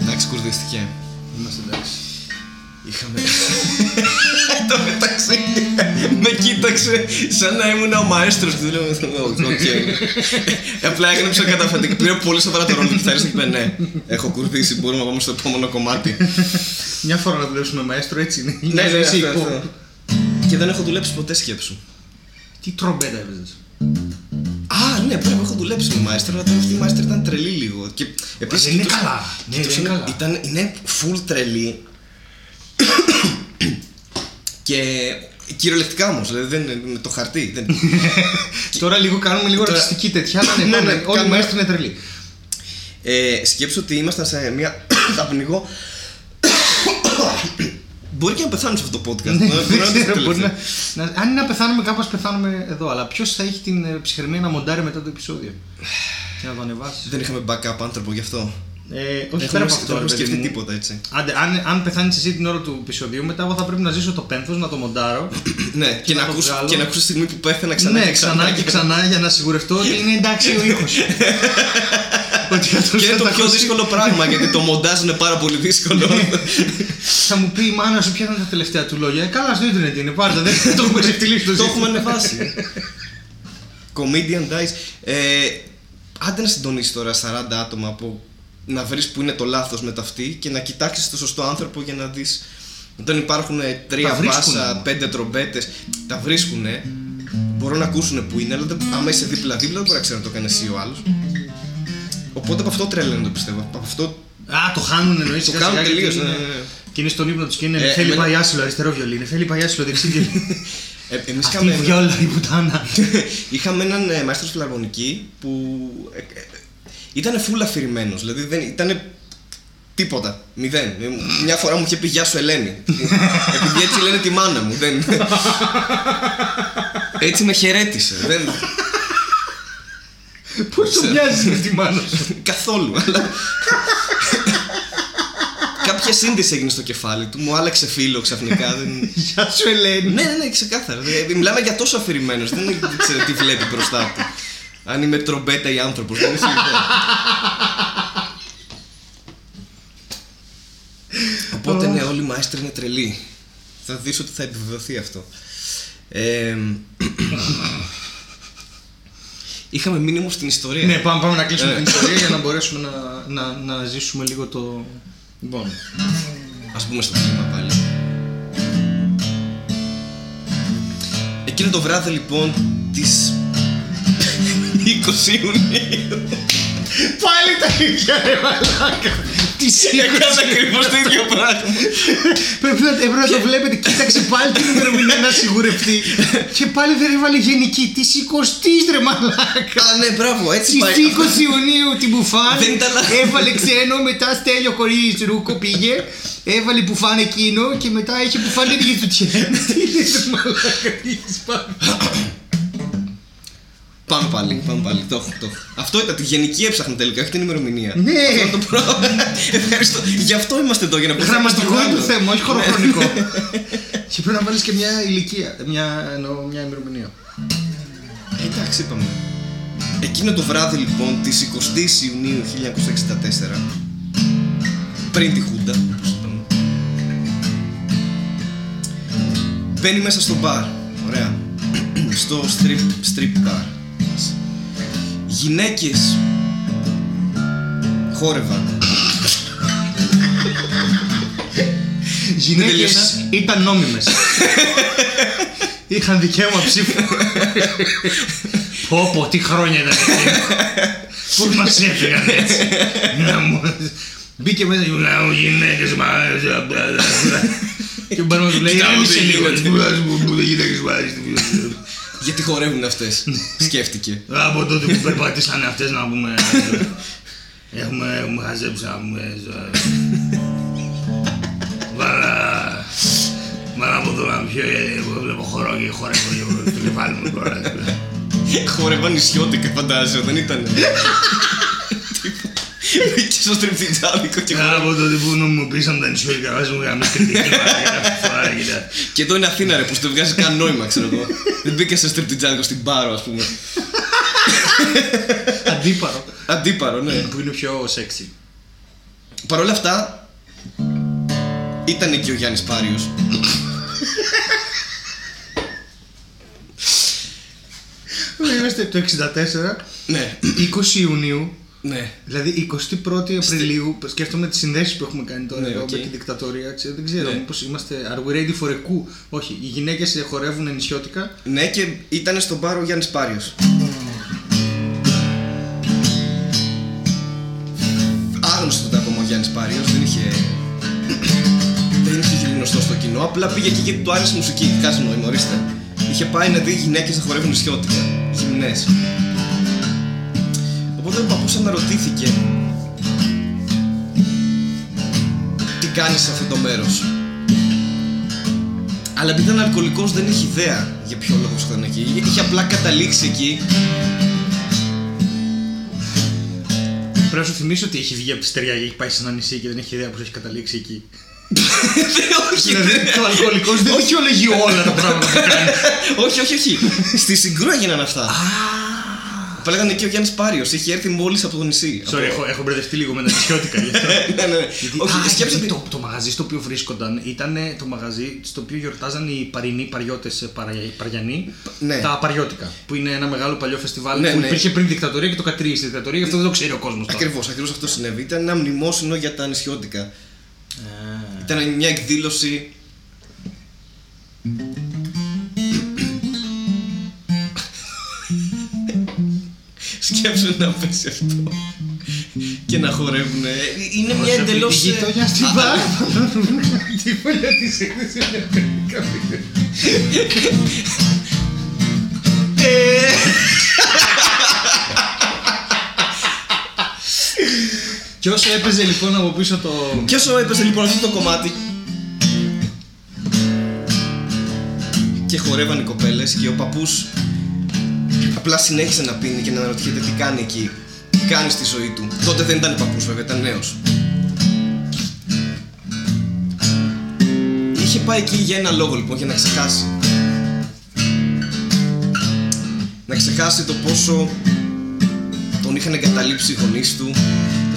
S1: Εντάξει, σκουρδίστηκε.
S2: Είμαστε εντάξει. <laughs>
S1: Είχαμε. Εν τω μεταξύ, με κοίταξε σαν να ήμουν ο μαέστρος του. Λέω, «Οκ». Ε, Απλά έγνεψα καταφατικά. Πήρε πολύ σοβαρά το ρόλο του κιθαρίστη και είπε ναι. Έχω κουρδίσει, μπορούμε να πάμε στο επόμενο κομμάτι.
S2: Ναι, Μια φορά να δουλέψουμε με μαέστρο, έτσι είναι.
S1: Ναι, ναι,
S2: Εσύ,
S1: αυτό,
S2: πω.
S1: αυτό. Και δεν έχω δουλέψει ποτέ σκέψου.
S2: Τι τρομπέτα έβαζε.
S1: Α, ναι, πρέπει έχω δουλέψει με μάιστερ, αλλά τώρα αυτή η μάιστερ ήταν τρελή λίγο. Και επίσης
S2: Δεν είναι
S1: κοιτούσα-
S2: καλά. Ναι,
S1: κοιτούσα
S2: δεν είναι
S1: ένα-
S2: καλά.
S1: Ήταν, είναι full
S2: <coughs>
S1: τρελή. και κυριολεκτικά όμως, δηλαδή δεν είναι με το χαρτί. Δεν...
S2: Τώρα λίγο κάνουμε λίγο
S1: Τώρα-
S2: ρατσιστική τέτοια, αλλά
S1: Ναι,
S2: ναι,
S1: ναι,
S2: πάμε. όλοι οι
S1: κάνουμε-
S2: μαέστροι είναι τρελοί.
S1: ε, σκέψου ότι ήμασταν σε μια. <coughs> θα πνιγώ. Μπορεί και να πεθάνω σε αυτό το podcast.
S2: Ναι,
S1: μπορεί να
S2: <laughs> δεν
S1: είναι το
S2: ξέρω, μπορεί να-
S1: τελευταίο.
S2: να- Αν είναι να πεθάνουμε κάπως πεθάνουμε εδώ, αλλά ποιος θα έχει την ε, ψυχραιμία να μοντάρει μετά το επεισόδιο. Και να το ανεβάσει.
S1: Δεν είχαμε backup άνθρωπο γι' αυτό.
S2: Ε, όχι
S1: Έχουμε
S2: πέρα από
S1: δεν
S2: αυτό, ρε
S1: έχουμε
S2: παιδί
S1: σκεφτεί
S2: μου.
S1: τίποτα έτσι.
S2: Άντε, αν, αν πεθάνει εσύ την ώρα του επεισοδίου, μετά εγώ θα πρέπει να ζήσω το πένθος, να το μοντάρω.
S1: Ναι, και,
S2: να
S1: να
S2: το
S1: ακούς,
S2: βγάλω.
S1: και να ακούς τη στιγμή που πέθανα <clears throat> ξανά
S2: ναι,
S1: και ξανά.
S2: και ξανά για να σιγουρευτώ ότι είναι εντάξει ο
S1: <laughs>
S2: ήχος. ότι αυτό
S1: Και είναι το πιο δύσκολο πράγμα γιατί το μοντάζ είναι πάρα πολύ δύσκολο.
S2: <laughs> Θα μου πει η μάνα σου ποια ήταν τα τελευταία του λόγια. Ε, Καλά, στο Ιντερνετ είναι, πάρτα. Δεν το έχουμε ξεφτυλίσει το
S1: Το
S2: ζήτημα.
S1: έχουμε ανεβάσει. Comedian Dies. Ε, άντε να συντονίσει τώρα 40 άτομα που να βρεις που είναι το λάθος με ταυτή και να κοιτάξεις το σωστό άνθρωπο για να δεις. Όταν υπάρχουν ε, τρία
S2: Τα βρίσκουνε.
S1: μπάσα, πέντε τρομπέτες, τα βρίσκουνε. Μπορούν να ακούσουν που είναι, αλλά δεν- άμα είσαι δίπλα-δίπλα δεν μπορεί να ξέρει να το κάνει εσύ ο άλλος. Οπότε από αυτό τρέλανε το πιστεύω. Από αυτό
S2: Α, το ναι. χάνουν εννοείς.
S1: το κάνουν τελείω.
S2: Και είναι στον ύπνο τους και είναι
S1: Ε,
S2: θέλει
S1: εμένα-
S2: πάει άσυλο αριστερό βιολί, θέλει πάει άσυλο δεξί <laughs> βιολί.
S1: Ε, Εμείς
S2: Αυτή η
S1: είχαμε.
S2: βιόλα η πουτάνα.
S1: Είχαμε έναν ε, μαέστρος φιλαρμονική που ήταν full αφηρημένος. Δηλαδή δεν ήταν τίποτα. Μηδέν. Ε, Μια φορά μου είχε πει Γεια σου Ελένη. Επειδή έτσι λένε τη μάνα μου. Δεν... έτσι με χαιρέτησε. Δεν...
S2: Πώς το μοιάζεις με τη μάνα σου. <laughs>
S1: Καθόλου. Αλλά... Κάποια σύνδεση έγινε στο κεφάλι του. Μου άλλαξε φίλο ξαφνικά. δεν...
S2: Γεια σου, Ελένη.
S1: Ναι, ναι, ναι, ξεκάθαρα. Δηλαδή, μιλάμε για τόσο αφηρημένου. Δεν είναι- δεν ξέρω τι βλέπει μπροστά του. Αν είμαι τρομπέτα ή άνθρωπος, δεν έχει ιδέα. Οπότε ναι, όλοι οι μαέστροι είναι τρελοί. Θα δεις ότι θα επιβεβαιωθεί αυτό. Ε, <clears throat> είχαμε μείνει όμως στην ιστορία.
S2: Ναι, πάμε, πάμε να κλείσουμε
S1: Ε.
S2: την ιστορία για να μπορέσουμε να, να, να ζήσουμε λίγο το. Λοιπόν. Mm.
S1: Ας πούμε στο κλίμα πάλι. Εκείνο το βράδυ λοιπόν της 20 Ιουνίου
S2: Πάλι τα ίδια ρε μαλάκα. Τι
S1: <laughs> Έκανε
S2: σήκωσε.
S1: ακριβώς το ίδιο πράγμα.
S2: Πρέπει να, πρέπει να το βλέπετε. Κοίταξε πάλι την ημερομηνία να σιγουρευτεί. <laughs> Και πάλι δεν έβαλε γενική. Τι σηκωστή ρε μαλάκα.
S1: Α, ναι, μπράβο, έτσι
S2: Στι
S1: πάει.
S2: 20 Ιουνίου την μπουφάν
S1: Δεν ήταν λάθος.
S2: έβαλε ξένο, μετά στέλιο χωρίς ρούκο πήγε. Έβαλε μπουφάν εκείνο και μετά έχει μπουφάν την ίδια του τσιέν. Τι λες, μαλάκα, τι έχεις πάρει.
S1: Πάμε πάλι, πάμε πάλι. Το έχω, το έχω. Αυτό ήταν τη γενική έψαχνα τελικά, όχι την ημερομηνία.
S2: Ναι.
S1: Αυτό το πράγμα. <laughs> Ευχαριστώ. Γι' αυτό είμαστε εδώ, για να πούμε.
S2: Γραμματικό είναι το θέμα,
S1: Ναι.
S2: όχι χωροχρονικό. Ναι. και πρέπει να βάλεις και μια ηλικία, μια, εννοώ, μια ημερομηνία.
S1: Εντάξει, είπαμε. Εκείνο το βράδυ λοιπόν της 20η Ιουνίου 1964, πριν τη Χούντα, όπως είπαμε, μπαίνει μέσα στο μπαρ. Ωραία. στο strip, strip bar. Γυναίκες χόρευαν.
S2: Γυναίκες
S1: τελείωσα.
S2: ήταν νόμιμες. <laughs> Είχαν δικαίωμα ψήφου. πω πω, τι χρόνια ήταν αυτή. Πώς μας έφυγαν έτσι. Να μου- Μπήκε μέσα και μου λέει γυναίκες μα... Και ο Μπάρμας του λέει
S1: Κοιτάω,
S2: «Άνοιξε
S1: δεν
S2: λίγο».
S1: γίνεται.
S2: «Μου, δεν γυναίκες μου αρέσουν».
S1: Γιατί χορεύουν αυτές, σκέφτηκε.
S2: Από τότε που περπατήσανε αυτές να πούμε... ε, Έχουμε, έχουμε χαζέψει να πούμε... ε, Βάλα... Βάλα από εδώ να πιω, γιατί εγώ βλέπω χορό και χορεύω και το κεφάλι μου τώρα.
S1: Χορεύαν νησιώτικα, φαντάζομαι, δεν ήταν. Μπήκε στο στριπτιτζάδικο και χορεύαν.
S2: Ε, Από τότε που νομιμοποίησαμε τα νησιώτικα βάζει μου γραμμή κριτική, φορά κοίτα.
S1: Και εδώ είναι Αθήνα ρε, που στο βγάζει καν νόημα, ξέρω εγώ. Δεν μπήκα σε στριπτιτζάδικο στην Πάρο, ας πούμε.
S2: Αντίπαρο.
S1: Αντίπαρο, ναι.
S2: Που είναι πιο σεξι.
S1: Παρ' όλα αυτά, ήταν εκεί ο Γιάννης Πάριος.
S2: Είμαστε το 64,
S1: Ναι,
S2: 20 Ιουνίου,
S1: ναι.
S2: δηλαδή 21η Απριλίου, σκέφτομαι τις συνδέσεις που έχουμε κάνει τώρα
S1: Ναι,
S2: εδώ
S1: οκ.
S2: με τη δικτατορία. ξέρω, Δεν ξέρω,
S1: Ναι.
S2: μήπως είμαστε. Are we ready for a coup? Όχι, οι γυναίκες χορεύουν νησιώτικα.
S1: Ναι, και ήταν στον πάρο ο Γιάννης Πάριος. Άγνωστο ήταν ακόμα ο Γιάννης Πάριος, δεν είχε. δεν είχε γνωστό στο κοινό. Απλά πήγε εκεί γιατί του άρεσε η μουσική. Κάτσε νόημα, ορίστε. Είχε πάει να δει γυναίκες να χορεύουν ισιώτικα. Γυμνέ. Οπότε ο παππού αναρωτήθηκε. Τι κάνεις σε αυτό το μέρος. Αλλά επειδή ήταν αλκοολικός δεν είχε ιδέα για ποιο λόγο ήταν εκεί. Είχε απλά καταλήξει εκεί.
S2: Πρέπει να σου θυμίσω ότι έχει βγει από τη στεριά και έχει πάει σε ένα νησί και δεν έχει ιδέα πώς έχει καταλήξει εκεί.
S1: <laughs> όχι,
S2: <laughs> δηλαδή
S1: δεν-
S2: το αλκοολικός δεν
S1: Όχι.
S2: δικαιολογεί όλα τα πράγματα που <laughs> κάνει.
S1: <laughs> όχι, όχι, όχι. Στη συγκρού έγιναν αυτά. Απλά ήταν εκεί ο Γιάννης Πάριος. Είχε έρθει μόλις από το νησί.
S2: Sorry,
S1: από...
S2: έχω, έχω μπερδευτεί λίγο με τα νησιώτικα γι'
S1: <laughs>
S2: αυτό.
S1: ναι, ναι, ναι.
S2: Γιατί-
S1: όχι,
S2: Α,
S1: σκέψτε
S2: γιατί
S1: ότι.
S2: το, το μαγαζί στο οποίο βρίσκονταν ήταν ε, το μαγαζί στο οποίο γιορτάζαν οι παρινοί παριώτες παριανοί
S1: Ναι.
S2: τα παριώτικα. Που είναι ένα μεγάλο παλιό φεστιβάλ
S1: Ναι,
S2: που
S1: ναι.
S2: υπήρχε πριν δικτατορία και το κατήργησε η δικτατορία, γι' αυτό δεν το ξέρει ο κόσμος τώρα.
S1: Ακριβώς, ακριβώς αυτό συνέβη. Ήταν ένα μνημόσυνο για τα νησιώτικα.
S2: Ε,
S1: Ήταν μια εκδήλωση. Σκέψου να πέσει αυτό και να χορεύουν. Είναι μια ε,
S2: Προσεκτική
S1: εντελώ.
S2: γειτονιά
S1: <laughs>
S2: στην μπάρα. Τι φωλιά τη έκθεση είναι καλή.
S1: Ε.
S2: Και όσο έπαιζε λοιπόν από πίσω το.
S1: Και όσο έπεσε λοιπόν αυτό το κομμάτι. Και χορεύαν οι κοπέλες και ο παππούς απλά συνέχισε να πίνει και να αναρωτιέται τι κάνει εκεί. Τι κάνει στη ζωή του. Τότε δεν ήταν παππούς βέβαια, ήταν νέος. Είχε πάει εκεί για ένα λόγο λοιπόν, για να ξεχάσει. Να ξεχάσει το πόσο τον είχαν εγκαταλείψει οι γονείς του,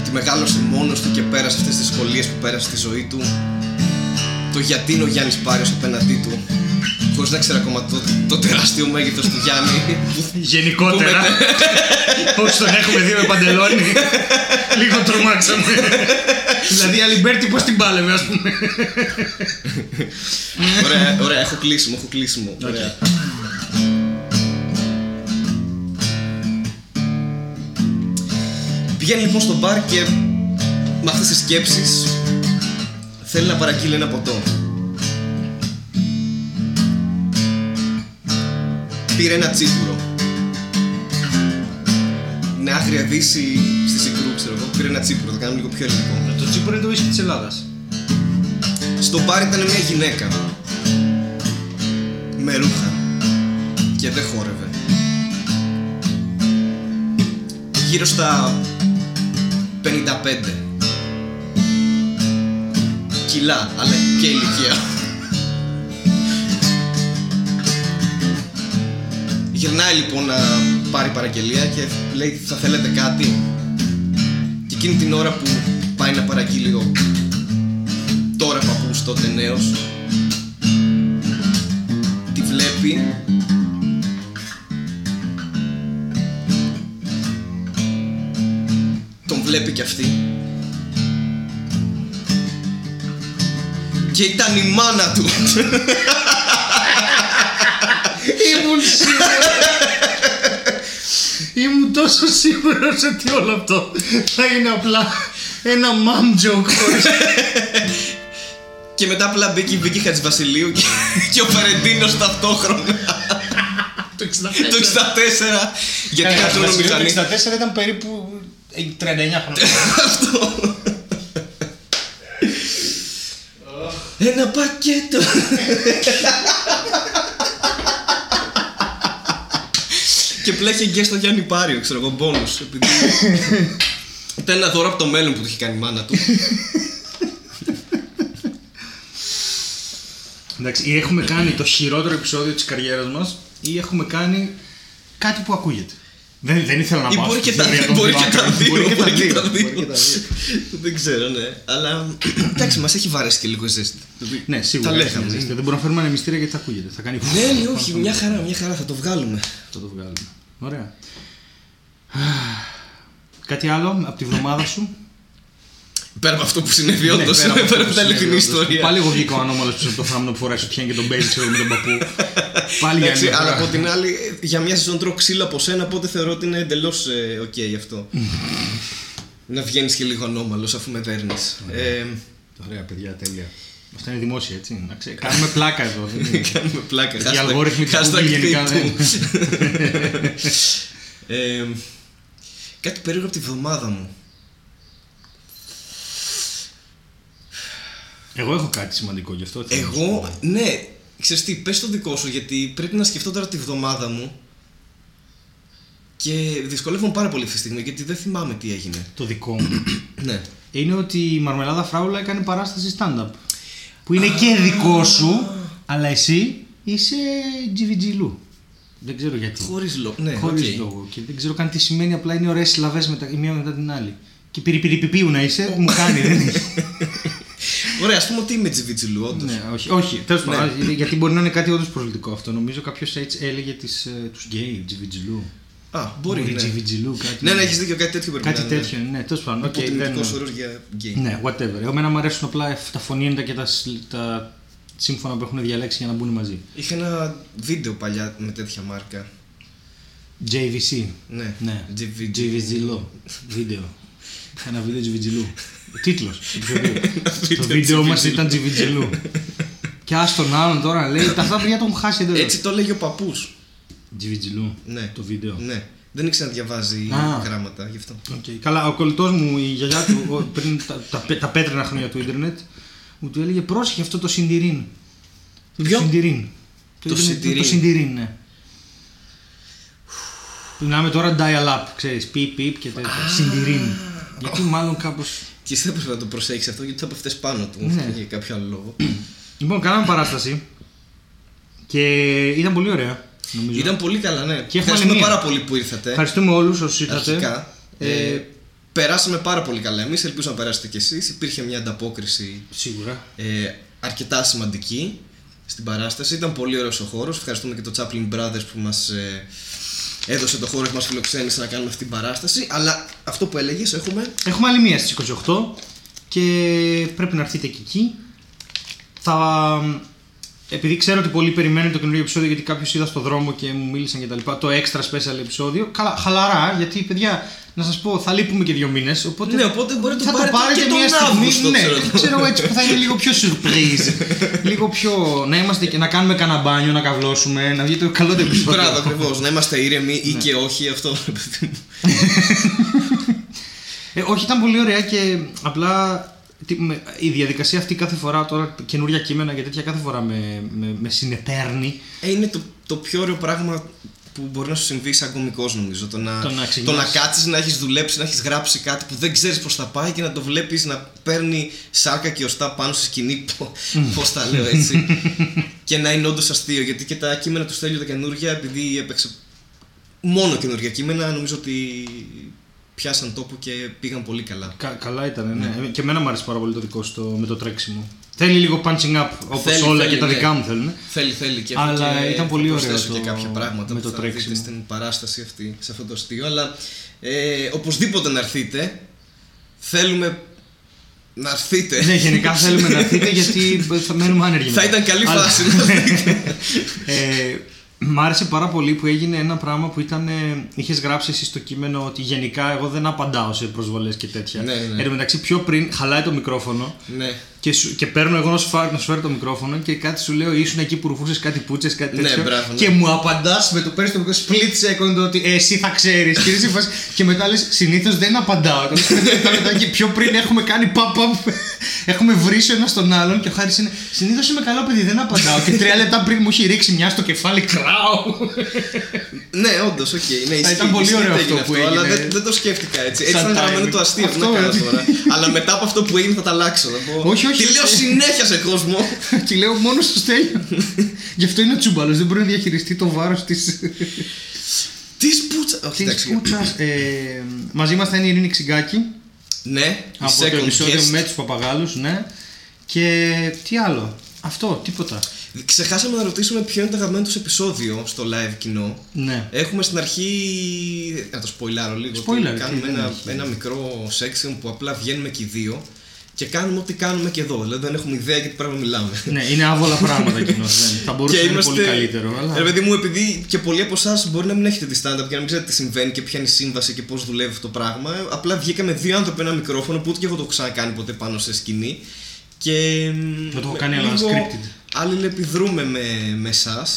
S1: ότι μεγάλωσε μόνος του και πέρασε αυτές τις δυσκολίες που πέρασε στη ζωή του, το γιατί είναι ο Γιάννης Πάριος απέναντί του, χωρίς να ξέρει ακόμα το, το τεράστιο μέγεθος του Γιάννη.
S2: Γενικότερα. <laughs> Όσοι τον έχουμε δει με παντελόνι, λίγο τρομάξαμε. δηλαδή, Αλιμπέρτη, πώς την πάλευε, ας πούμε.
S1: ωραία, ωραία, έχω κλείσιμο, έχω κλείσιμο. Ωραία. Πηγαίνει λοιπόν στο μπαρ και με αυτές τις σκέψεις θέλει να παραγγείλει ένα ποτό. Πήρε ένα τσίπουρο. Είναι άγρια δύση στη συγκρού, ξέρω εγώ. Πήρε ένα τσίπουρο, το κάνουμε λίγο πιο ελληνικό.
S2: Ε, Το τσίπουρο είναι το whisky της Ελλάδας.
S1: Στο μπαρ ήταν μια γυναίκα. Με ρούχα. Και δεν χόρευε. Γύρω στα 55 κιλά, αλλά και ηλικία. Γυρνάει λοιπόν να πάρει παραγγελία και λέει θα θέλετε κάτι και εκείνη την ώρα που πάει να παραγγείλει ο τώρα παππούς τότε νέος τη βλέπει τον βλέπει κι αυτή και ήταν η μάνα του <laughs>
S2: Ήμουν σίγουρο. Ήμουν τόσο σίγουρο ότι όλο αυτό θα είναι απλά ένα mom joke. χωρίς-
S1: και μετά απλά μπήκε η Βίκη Χατζηβασιλείου και, <laughs> και ο Φερεντίνος ταυτόχρονα το
S2: Το
S1: 64 γιατί
S2: Καλά,
S1: κατ'
S2: Ε, το
S1: όλο μηχανή
S2: 64 ήταν περίπου ε, 39 χρόνια.
S1: αυτό ένα πακέτο και πλέχει και στο Γιάννη Πάριο ξέρω εγώ μπόνους επειδή ήταν ένα δώρο από το μέλλον που του είχε κάνει η μάνα του
S2: Εντάξει, ή έχουμε κάνει το χειρότερο επεισόδιο της καριέρας μας ή έχουμε κάνει κάτι που ακούγεται. Δεν, δεν ήθελα να
S1: Ή
S2: πάω
S1: μπορεί
S2: στη
S1: και τα
S2: θεωρία
S1: δύο.
S2: των
S1: Μπορεί και τα
S2: άκρων.
S1: δύο.
S2: Μπορεί και τα δύο.
S1: μπορεί και τα δύο. Δεν ξέρω, ναι. Αλλά εντάξει, μας έχει βαρέσει και λίγο η ζέστη.
S2: Ναι, σίγουρα.
S1: Τα
S2: έχει
S1: λέγαμε.
S2: μια ζέστη. Δεν μπορούμε να φέρουμε ένα μυστήριο γιατί θα ακούγεται. Θα κάνει.
S1: Ναι, ναι, όχι, μια χαρά, μια χαρά, θα το βγάλουμε.
S2: Θα το βγάλουμε. Ωραία. Κάτι άλλο από τη βδομάδα σου.
S1: Πέρα από αυτό που συνέβη, όντως.
S2: Ναι, πέρα
S1: Πέρα
S2: αυτό
S1: από
S2: που
S1: την αληθινή
S2: συνέβη, όντως.
S1: ιστορία.
S2: Πάλι εγώ βγήκα ο ανώμαλος πίσω από το θάμνο που φοράει σουτιέν και τον Μπέιλ, ξέρω με τον παππού. Πάλι για
S1: Εντάξει,
S2: άλλη μια
S1: αλλά
S2: φορά.
S1: από την άλλη, για μια σεζόν τρώω ξύλο από σένα, οπότε θεωρώ ότι είναι εντελώς οκ γι'
S2: <laughs>
S1: αυτό. Να βγαίνεις και λίγο ανώμαλος αφού με Ε, παίρνει.
S2: Ναι. Ωραία, παιδιά, τέλεια. Αυτά είναι δημόσια, έτσι. να ξέρει. Κάνουμε πλάκα εδώ. δεν είναι.
S1: Κάνουμε πλάκα.
S2: Οι
S1: Hashtag-
S2: αλγόριθμοι του
S1: hashtag
S2: Google γενικά ναι.
S1: take
S2: δεν-
S1: two. <laughs> Ε, Κάτι περίεργο από τη βδομάδα μου.
S2: <laughs> Εγώ έχω κάτι σημαντικό γι' αυτό. θέλω να σου πω.
S1: Εγώ, ναι, ξέρεις τι, πες το δικό σου γιατί πρέπει να σκεφτώ τώρα τη βδομάδα μου και δυσκολεύομαι πάρα πολύ αυτή τη στιγμή γιατί δεν θυμάμαι τι έγινε.
S2: Το δικό μου.
S1: ναι.
S2: είναι ότι η Μαρμελάδα Φράουλα έκανε παράσταση stand-up. Που είναι και δικό σου, αλλά εσύ είσαι GVGLU. Δεν ξέρω γιατί.
S1: Χωρίς λόγο. Ναι,
S2: Χωρίς
S1: οκ.
S2: λόγο. Και δεν ξέρω καν τι σημαίνει, απλά είναι ωραίες συλλαβές μετα... η μία μετά την άλλη. Και πυρηπηριπιπίου να είσαι, μου κάνει. δεν είναι.
S1: Ωραία, ας πούμε ότι είμαι τσιβιτσιλού, όντως.
S2: <laughs> ναι, όχι, όχι. Τέλος πάντων, γιατί μπορεί να είναι κάτι όντως προσβλητικό αυτό. Νομίζω κάποιος έτσι έλεγε τις, ε, τους γκέι, GVGLU.
S1: Α, μπορεί, ναι.
S2: GVGLU, κάτι.
S1: Ναι, ναι, έχεις δίκιο, κάτι τέτοιο πρέπει
S2: Κάτι
S1: να είναι.
S2: τέτοιο, ναι, τέλος πάντων. οκ,
S1: Οπότε
S2: δεν-
S1: είναι ειδικός όρος για γκέι.
S2: Ναι, whatever. Εμένα μου αρέσουν απλά τα φωνήντα και τα, σ- τα σύμφωνα που έχουν διαλέξει για να μπουν μαζί.
S1: Είχα ένα βίντεο παλιά με τέτοια μάρκα.
S2: JVC.
S1: Ναι,
S2: Ναι.
S1: GVG.
S2: JVGLO. Βίντεο. Ένα βίντεο
S1: <laughs>
S2: JVGLO. Τίτλος. Το βίντεο μας ήταν
S1: <laughs>
S2: JVGLO. Και α τον άλλον τώρα να λέει τα αυτά παιδιά τον χάσει εντελώ.
S1: Έτσι το λέγει ο παππούς.
S2: JVGLO.
S1: Ναι.
S2: Το βίντεο.
S1: Ναι. Δεν ήξερα να διαβάζει
S2: Α.
S1: γράμματα γι' αυτό.
S2: Okay. Καλά, ο κολλητός μου, η γιαγιά του, ο- πριν τα, τα, πέ- τα πέτρινα χρόνια του Ιντερνετ, μου του έλεγε πρόσεχε αυτό το συντηρίν.
S1: Ποιο?
S2: Το συντηρίν.
S1: Το
S2: ίντερνετ,
S1: συντηρίν.
S2: Το συντηρίν, ναι. Μιλάμε τώρα dial-up, ξέρεις, πιπ, πιπ και τέτοια. Συντηρίν. Γιατί μάλλον κάπως.
S1: Και εσύ θα πρέπει να το προσέξει αυτό γιατί θα πέφτει πάνω του.
S2: Ναι.
S1: Για κάποιο άλλο λόγο.
S2: Λοιπόν, κάναμε παράσταση και ήταν πολύ ωραία. Νομίζω.
S1: Ήταν πολύ καλά, ναι.
S2: Και έχουμε
S1: Ευχαριστούμε
S2: άλλη μία.
S1: πάρα πολύ που ήρθατε.
S2: Ευχαριστούμε όλους όσους ήρθατε.
S1: Αρχικά.
S2: Ε,
S1: Ε, περάσαμε πάρα πολύ καλά εμείς. Ελπίζω να περάσετε κι εσείς. Υπήρχε μια ανταπόκριση
S2: Σίγουρα.
S1: ε, αρκετά σημαντική στην παράσταση. Ήταν πολύ ωραίος ο χώρος. Ευχαριστούμε και το Chaplin Brothers που μας έδωσε το χώρο και μας φιλοξένησε να κάνουμε αυτή την παράσταση. Αλλά αυτό που έλεγες, έχουμε.
S2: Έχουμε άλλη μία στις 28 και πρέπει να έρθετε και εκεί. Θα, επειδή ξέρω ότι πολλοί περιμένουν το καινούργιο επεισόδιο γιατί κάποιος είδα στο δρόμο και μου μίλησαν και τα λοιπά, το extra special επεισόδιο. Καλά, χαλαρά, γιατί παιδιά, να σας πω, θα λείπουμε και δύο μήνες. Οπότε
S1: Ναι, οπότε μπορεί να το
S2: θα το
S1: πάρετε
S2: πάρετε
S1: και τον
S2: μια στιγμή.
S1: Αύγουστο,
S2: ναι,
S1: ξέρω εγώ.
S2: ξέρω έτσι που θα είναι λίγο πιο surprise. λίγο πιο. Να είμαστε και να κάνουμε κανένα μπάνιο, να καβλώσουμε, να βγει το καλό το επεισόδιο.
S1: <laughs> Μπράβο, ακριβώς. Να είμαστε ήρεμοι
S2: Ναι.
S1: ή και όχι, αυτό. ρε παιδί μου.
S2: Ε, όχι, ήταν πολύ ωραία και απλά τι- με- η διαδικασία αυτή κάθε φορά τώρα καινούρια κείμενα και τέτοια κάθε φορά με, με, με συνεπέρνει.
S1: Ε, είναι το, το πιο ωραίο πράγμα που μπορεί να σου συμβεί σαν κωμικός, νομίζω. Το να,
S2: Το να
S1: το
S2: ξεκινάς.
S1: να κάτσεις, να έχεις δουλέψει, να έχεις γράψει κάτι που δεν ξέρεις πώς θα πάει και να το βλέπεις να παίρνει σάρκα και οστά πάνω στη σκηνή. Πώς τα λέω
S2: <laughs>
S1: έτσι. και να είναι όντως αστείο. Γιατί και τα κείμενα τους Στέλιου τα καινούργια, επειδή έπαιξε μόνο καινούργια κείμενα, νομίζω ότι πιάσαν τόπο και πήγαν πολύ καλά.
S2: Κα- καλά ήταν, ναι. Ε, Και εμένα μου άρεσε πάρα πολύ το δικό σου το, με το τρέξιμο. Θέλει λίγο punching up όπως
S1: Θέλει,
S2: όλα
S1: θέλει,
S2: και τα
S1: ναι.
S2: δικά μου θέλουν.
S1: Θέλει, θέλει και
S2: Αλλά
S1: έχω και-
S2: ήταν πολύ
S1: θα
S2: ωραίο
S1: προσθέσω
S2: το-
S1: και κάποια πράγματα
S2: με
S1: που
S2: το
S1: θα
S2: τρέξιμο.
S1: δείτε στην παράσταση αυτή, σε αυτό το αστείο. Αλλά ε, οπωσδήποτε να έρθείτε. Θέλουμε να έρθείτε.
S2: ναι, γενικά
S1: <laughs>
S2: θέλουμε να έρθετε γιατί θα μένουμε άνεργοι.
S1: θα
S2: μετά.
S1: ήταν καλή
S2: Αλλά-
S1: φάση
S2: <laughs>
S1: να έρθείτε.
S2: ε, μ' άρεσε πάρα πολύ που έγινε ένα πράγμα που ήταν. Ε, είχες γράψει εσύ στο κείμενο ότι γενικά εγώ δεν απαντάω σε προσβολές και τέτοια.
S1: Ναι, ναι.
S2: Εν τω μεταξύ, πιο πριν χαλάει το μικρόφωνο
S1: ναι.
S2: και, σου, και παίρνω εγώ να σου, φά- να σου φέρω το μικρόφωνο και κάτι σου λέω ήσουν εκεί που ρουφούσες κάτι πουτσε, κάτι
S1: Ναι,
S2: τέτοιο.
S1: μπράβο, ναι.
S2: Και μου απαντάς με το παίρνεις το μικρόφωνο split second ότι «Ε, εσύ θα ξέρεις. και, εσύ φας- και μετά λες συνήθως δεν απαντάω. Και μετά- μετά και πιο πριν έχουμε κάνει pop-up. Έχουμε βρει ο ένα τον άλλον και ο Χάρης είναι. Συνήθως είμαι καλό παιδί, δεν απαντάω. και τρία λεπτά πριν μου έχει ρίξει μια στο κεφάλι, κράω.
S1: Ναι, όντως, οκ. Ναι,
S2: ήταν
S1: ισχύει-
S2: πολύ
S1: ισχύει
S2: ωραίο
S1: ότι
S2: αυτό που έγινε.
S1: Αλλά δεν, δεν το σκέφτηκα έτσι. Έτσι
S2: Σαν
S1: ήταν γραμμένο
S2: timing.
S1: το αστείο. Αυτό,
S2: Αυτό,
S1: να κάνω
S2: ε.
S1: τώρα. αλλά μετά από αυτό που έγινε θα τα αλλάξω. Θα πω,
S2: Όχι, όχι,
S1: Τη λέω
S2: όχι.
S1: συνέχεια σε κόσμο.
S2: και λέω μόνο στο στέλιο. Γι' αυτό είναι τσούμπαλο, δεν μπορεί να διαχειριστεί το βάρος της.
S1: Τι πουτσα. Όχι,
S2: Της
S1: εντάξει.
S2: Κούτσας, ε, μαζί μας θα είναι η Ειρήνη Ξυγκάκη
S1: Ναι, η
S2: από το
S1: second
S2: επεισόδιο
S1: guest.
S2: με τους παπαγάλους, ναι. Και τι άλλο, αυτό, τίποτα.
S1: Ξεχάσαμε να ρωτήσουμε ποιο είναι το αγαπημένο τους επεισόδιο στο live κοινό.
S2: Ναι.
S1: Έχουμε στην αρχή. Να το σποϊλάρω λίγο. ότι
S2: Spoiler, τι,
S1: κάνουμε
S2: δεν
S1: ένα,
S2: έχει.
S1: ένα μικρό section που απλά βγαίνουμε και οι δύο και κάνουμε ό,τι κάνουμε και εδώ. Δηλαδή δεν έχουμε ιδέα για τι πράγμα μιλάμε.
S2: ναι, είναι άβολα πράγματα κοινώ. Θα μπορούσε
S1: και
S2: να είναι πολύ καλύτερο. Αλλά...
S1: Ρε παιδί μου, επειδή και πολλοί από εσάς μπορεί να μην έχετε τη stand-up και να μην ξέρετε τι συμβαίνει και ποια είναι η σύμβαση και πώς δουλεύει αυτό το πράγμα. ε, Απλά βγήκαμε δύο άνθρωποι ένα μικρόφωνο που ούτε και εγώ το έχω ξανακάνει ποτέ πάνω σε σκηνή. Και. μ,
S2: το έχω κάνει, αλλά
S1: λίγο
S2: unscripted.
S1: Αλληλεπιδρούμε με, με εσάς.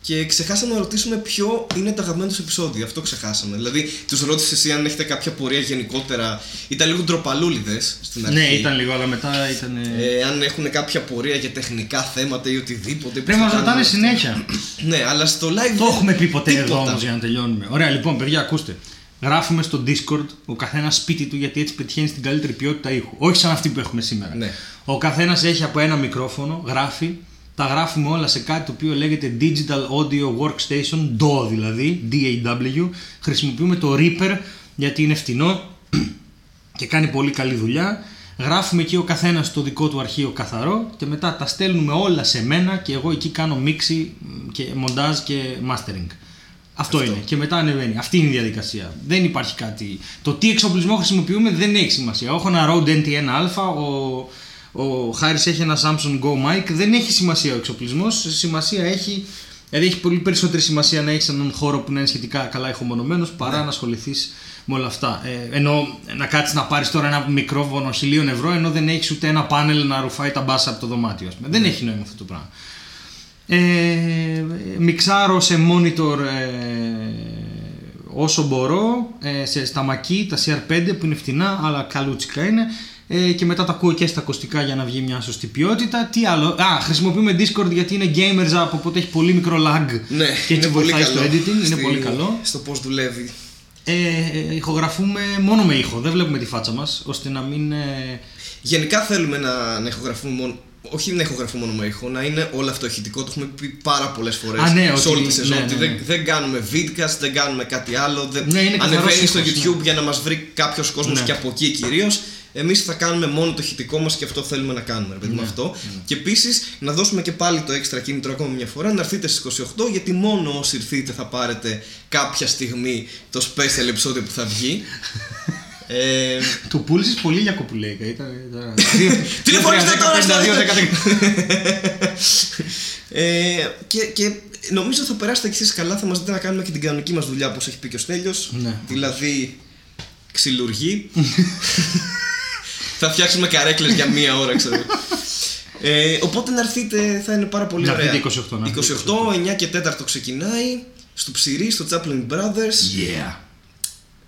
S1: Και ξεχάσαμε να ρωτήσουμε ποιο είναι το αγαπημένο τους επεισόδιο. Αυτό ξεχάσαμε. Δηλαδή, τους ρώτησε εσύ αν έχετε κάποια πορεία γενικότερα. Ήταν λίγο ντροπαλούλιδες στην αρχή.
S2: ναι, ήταν λίγο, αλλά μετά ήταν. ε,
S1: Ε, αν έχουν κάποια πορεία για τεχνικά θέματα ή οτιδήποτε. που
S2: Πρέπει να
S1: θα
S2: μας
S1: κάνουμε
S2: ρωτάνε
S1: αυτό.
S2: συνέχεια.
S1: Ναι, αλλά στο live.
S2: Το
S1: δεν-
S2: έχουμε πει ποτέ
S1: τίποτα.
S2: εδώ όμως για να τελειώνουμε. Ωραία, λοιπόν, παιδιά, ακούστε. Γράφουμε στο Discord ο καθένας σπίτι του γιατί έτσι πετυχαίνει την καλύτερη ποιότητα ήχου. Όχι σαν αυτή που έχουμε σήμερα.
S1: Ναι.
S2: Ο καθένας έχει από ένα μικρόφωνο, γράφει. Τα γράφουμε όλα σε κάτι το οποίο λέγεται Digital Audio Workstation, DAW δηλαδή, DAW. Χρησιμοποιούμε το Reaper γιατί είναι φτηνό και κάνει πολύ καλή δουλειά. Γράφουμε εκεί ο καθένας το δικό του αρχείο καθαρό και μετά τα στέλνουμε όλα σε μένα και εγώ εκεί κάνω μίξη μ, και μοντάζ και mastering. Αυτό, είναι. Και μετά ανεβαίνει. Αυτή είναι η διαδικασία. Δεν υπάρχει κάτι. Το τι εξοπλισμό χρησιμοποιούμε δεν έχει σημασία. Έχω ένα Rode NT1α, ο, ο Χάρης έχει ένα Samsung Go Mic. Δεν έχει σημασία ο εξοπλισμός. Σημασία έχει. Δηλαδή έχει πολύ περισσότερη σημασία να έχεις έναν χώρο που να είναι σχετικά καλά ηχομονωμένος παρά να ασχοληθείς με όλα αυτά. Ε, ενώ να κάτσεις να πάρεις τώρα ένα μικρόφωνο χιλίων ευρώ, ενώ δεν έχεις ούτε ένα πάνελ να ρουφάει τα μπάσα από το δωμάτιο. Ας πούμε. Δεν έχει νόημα αυτό το πράγμα. Ε, μιξάρω σε monitor ε, όσο μπορώ, ε, σε, στα μακή, τα CR5 που είναι φτηνά αλλά καλούτσικα είναι ε, και μετά τα ακούω και στα ακουστικά για να βγει μια σωστή ποιότητα. Τι άλλο, α, χρησιμοποιούμε Discord γιατί είναι gamers από οπότε έχει πολύ μικρό lag
S1: Ναι,
S2: και έτσι
S1: είναι πολύ
S2: βοηθάει
S1: καλό.
S2: στο editing, είναι
S1: Στη-
S2: πολύ καλό.
S1: Στο πώς δουλεύει.
S2: Ε, ε, ηχογραφούμε μόνο με ήχο, δεν βλέπουμε τη φάτσα μας ώστε να μην... ε,
S1: Γενικά θέλουμε να, να ηχογραφούμε μόνο. Όχι να ηχογραφούμε μόνο με ήχο, να είναι όλο αυτό ηχητικό. Το έχουμε πει πάρα πολλές φορές.
S2: Α, ναι,
S1: σε
S2: ότι-
S1: όλη τη σεζόν.
S2: ναι,
S1: ότι
S2: ναι, ναι.
S1: Δεν, δεν κάνουμε vidcast, δεν κάνουμε κάτι άλλο. Δεν...
S2: Ναι, είναι καθαρός
S1: Ανεβαίνει στο
S2: ήχος,
S1: YouTube για να μας βρει κάποιος κόσμος
S2: Ναι.
S1: και από εκεί κυρίως. Εμείς θα κάνουμε μόνο το ηχητικό μας και αυτό θέλουμε να κάνουμε. Ρε, παιδί, μου,
S2: Ναι,
S1: αυτό. Και επίσης να δώσουμε και πάλι το έξτρα κίνητρο ακόμα μια φορά να έρθετε στι 28 γιατί μόνο όσοι
S2: <laughs>
S1: ήρθείτε θα πάρετε κάποια στιγμή το special επεισόδιο που θα βγει. Ε,
S2: Του πούλησες πολύ για κοπουλέικα. Ήταν. ήταν-
S1: <laughs> Τηλεφωνήστε τώρα στο-
S2: 52, 10.
S1: ε, και, και νομίζω θα περάσετε κι εσείς καλά. Θα μας δείτε να κάνουμε και την κανονική μας δουλειά όπως έχει πει και ο Στέλιος.
S2: Ναι.
S1: Δηλαδή, ξυλουργή. θα φτιάξουμε καρέκλες για μία ώρα, ξέρω. εγώ. Ε, οπότε να έρθετε, θα είναι πάρα πολύ
S2: Να
S1: ωραία.
S2: έρθετε 28, να έρθετε
S1: 28, 9 και 4 ξεκινάει. Στο ψηρή, στο Chaplin Brothers.
S2: Yeah.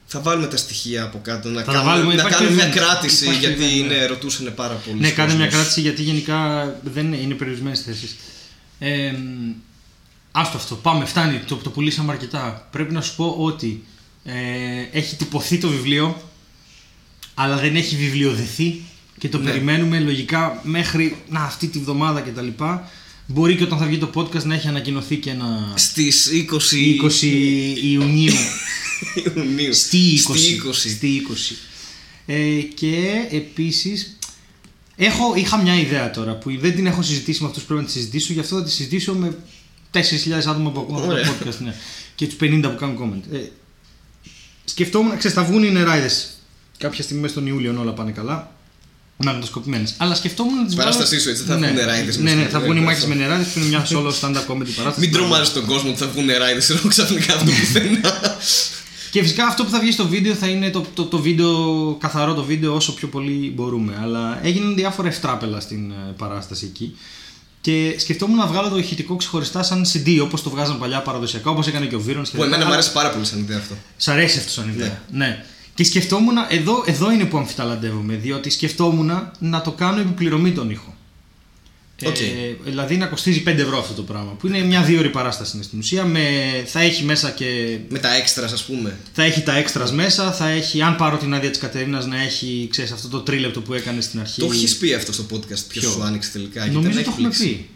S1: Θα βάλουμε τα στοιχεία από κάτω, να
S2: τα
S1: κάνουμε,
S2: βάλουμε,
S1: να
S2: υπάρχει
S1: κάνουμε μια
S2: event.
S1: κράτηση,
S2: Υπάρχει
S1: γιατί
S2: event,
S1: ναι,
S2: ναι.
S1: ρωτούσαν πάρα πολύ.
S2: Ναι, κάνε μια κράτηση γιατί γενικά δεν είναι, είναι περιορισμένες θέσεις. Ε, άστο αυτό, πάμε, φτάνει, το, το πουλήσαμε αρκετά. Πρέπει να σου πω ότι ε, έχει τυπωθεί το βιβλίο, αλλά δεν έχει βιβλιοδεθεί και το
S1: Ναι.
S2: περιμένουμε λογικά μέχρι να, αυτή τη βδομάδα κτλ. Μπορεί και όταν θα βγει το podcast να έχει ανακοινωθεί και ένα.
S1: Στις 20,
S2: 20 Ιουνίου.
S1: Ιουνίου.
S2: Στη 20.
S1: Στη 20.
S2: Στη 20. Ε, και επίσης έχω, είχα μια ιδέα τώρα που δεν την έχω συζητήσει με αυτούς που πρέπει να τη συζητήσω, γι' αυτό θα τη συζητήσω με 4.000 άτομα που ακούω αυτό το
S1: Ωραία.
S2: podcast ναι, και τους 50 που κάνουν comment. Ε, σκεφτόμουν, ξέρεις, θα βγουν οι νεράιδες κάποια στιγμή μέσα στον Ιούλιο, αν όλα πάνε καλά. Να είναι σκοπημένες. Αλλά σκεφτόμουν να τις βγάλω-
S1: Παράστασή σου, έτσι, θα βγουν νεράιδες
S2: Ναι,
S1: μέσα
S2: ναι,
S1: στο
S2: θα βγουν οι
S1: Ιούλιο,
S2: μάχες
S1: αυτό.
S2: με νεράιδες που είναι μια solo stand-up comedy παράσταση. Ναι,
S1: Μην τρομάζεις τον κόσμο ότι θα βγουν ράιδε ενώ ξαφνικά αυτό πουθενά.
S2: Και φυσικά αυτό που θα βγει στο βίντεο θα είναι το, το, το βίντεο, καθαρό το βίντεο όσο πιο πολύ μπορούμε. Αλλά έγιναν διάφορα ευτράπελα στην ε, παράσταση εκεί. Και σκεφτόμουν να βγάλω το ηχητικό ξεχωριστά σαν CD όπως το βγάζαν παλιά παραδοσιακά, όπως έκανε και ο Βίρονς και
S1: Που εμένα
S2: τέτοια.
S1: μου αρέσει πάρα πολύ σαν ιδέα αυτό.
S2: Σ' αρέσει αυτό σαν ιδέα.
S1: Ναι.
S2: Ναι. Και σκεφτόμουν, εδώ, εδώ είναι που αμφιταλαντεύομαι, διότι σκεφτόμουν να το κάνω επιπληρωμή τον ήχο.
S1: Οκ.
S2: Ε, δηλαδή να κοστίζει 5 ευρώ αυτό το πράγμα. Που είναι μια δύο ώρη παράσταση είναι στην ουσία. Με, θα έχει μέσα και
S1: Με τα έξτρα, ας πούμε.
S2: θα έχει τα έξτρας μέσα, θα έχει, αν πάρω την άδεια της Κατερίνας, να έχει, ξέρεις, αυτό το τρίλεπτο που έκανε στην αρχή.
S1: Το έχεις πει αυτό στο podcast. Ποιος
S2: Ποιο?
S1: σου άνοιξε τελικά. γιατί
S2: Νομίζω
S1: ήταν
S2: το έχουμε
S1: έκπληξη.
S2: πει.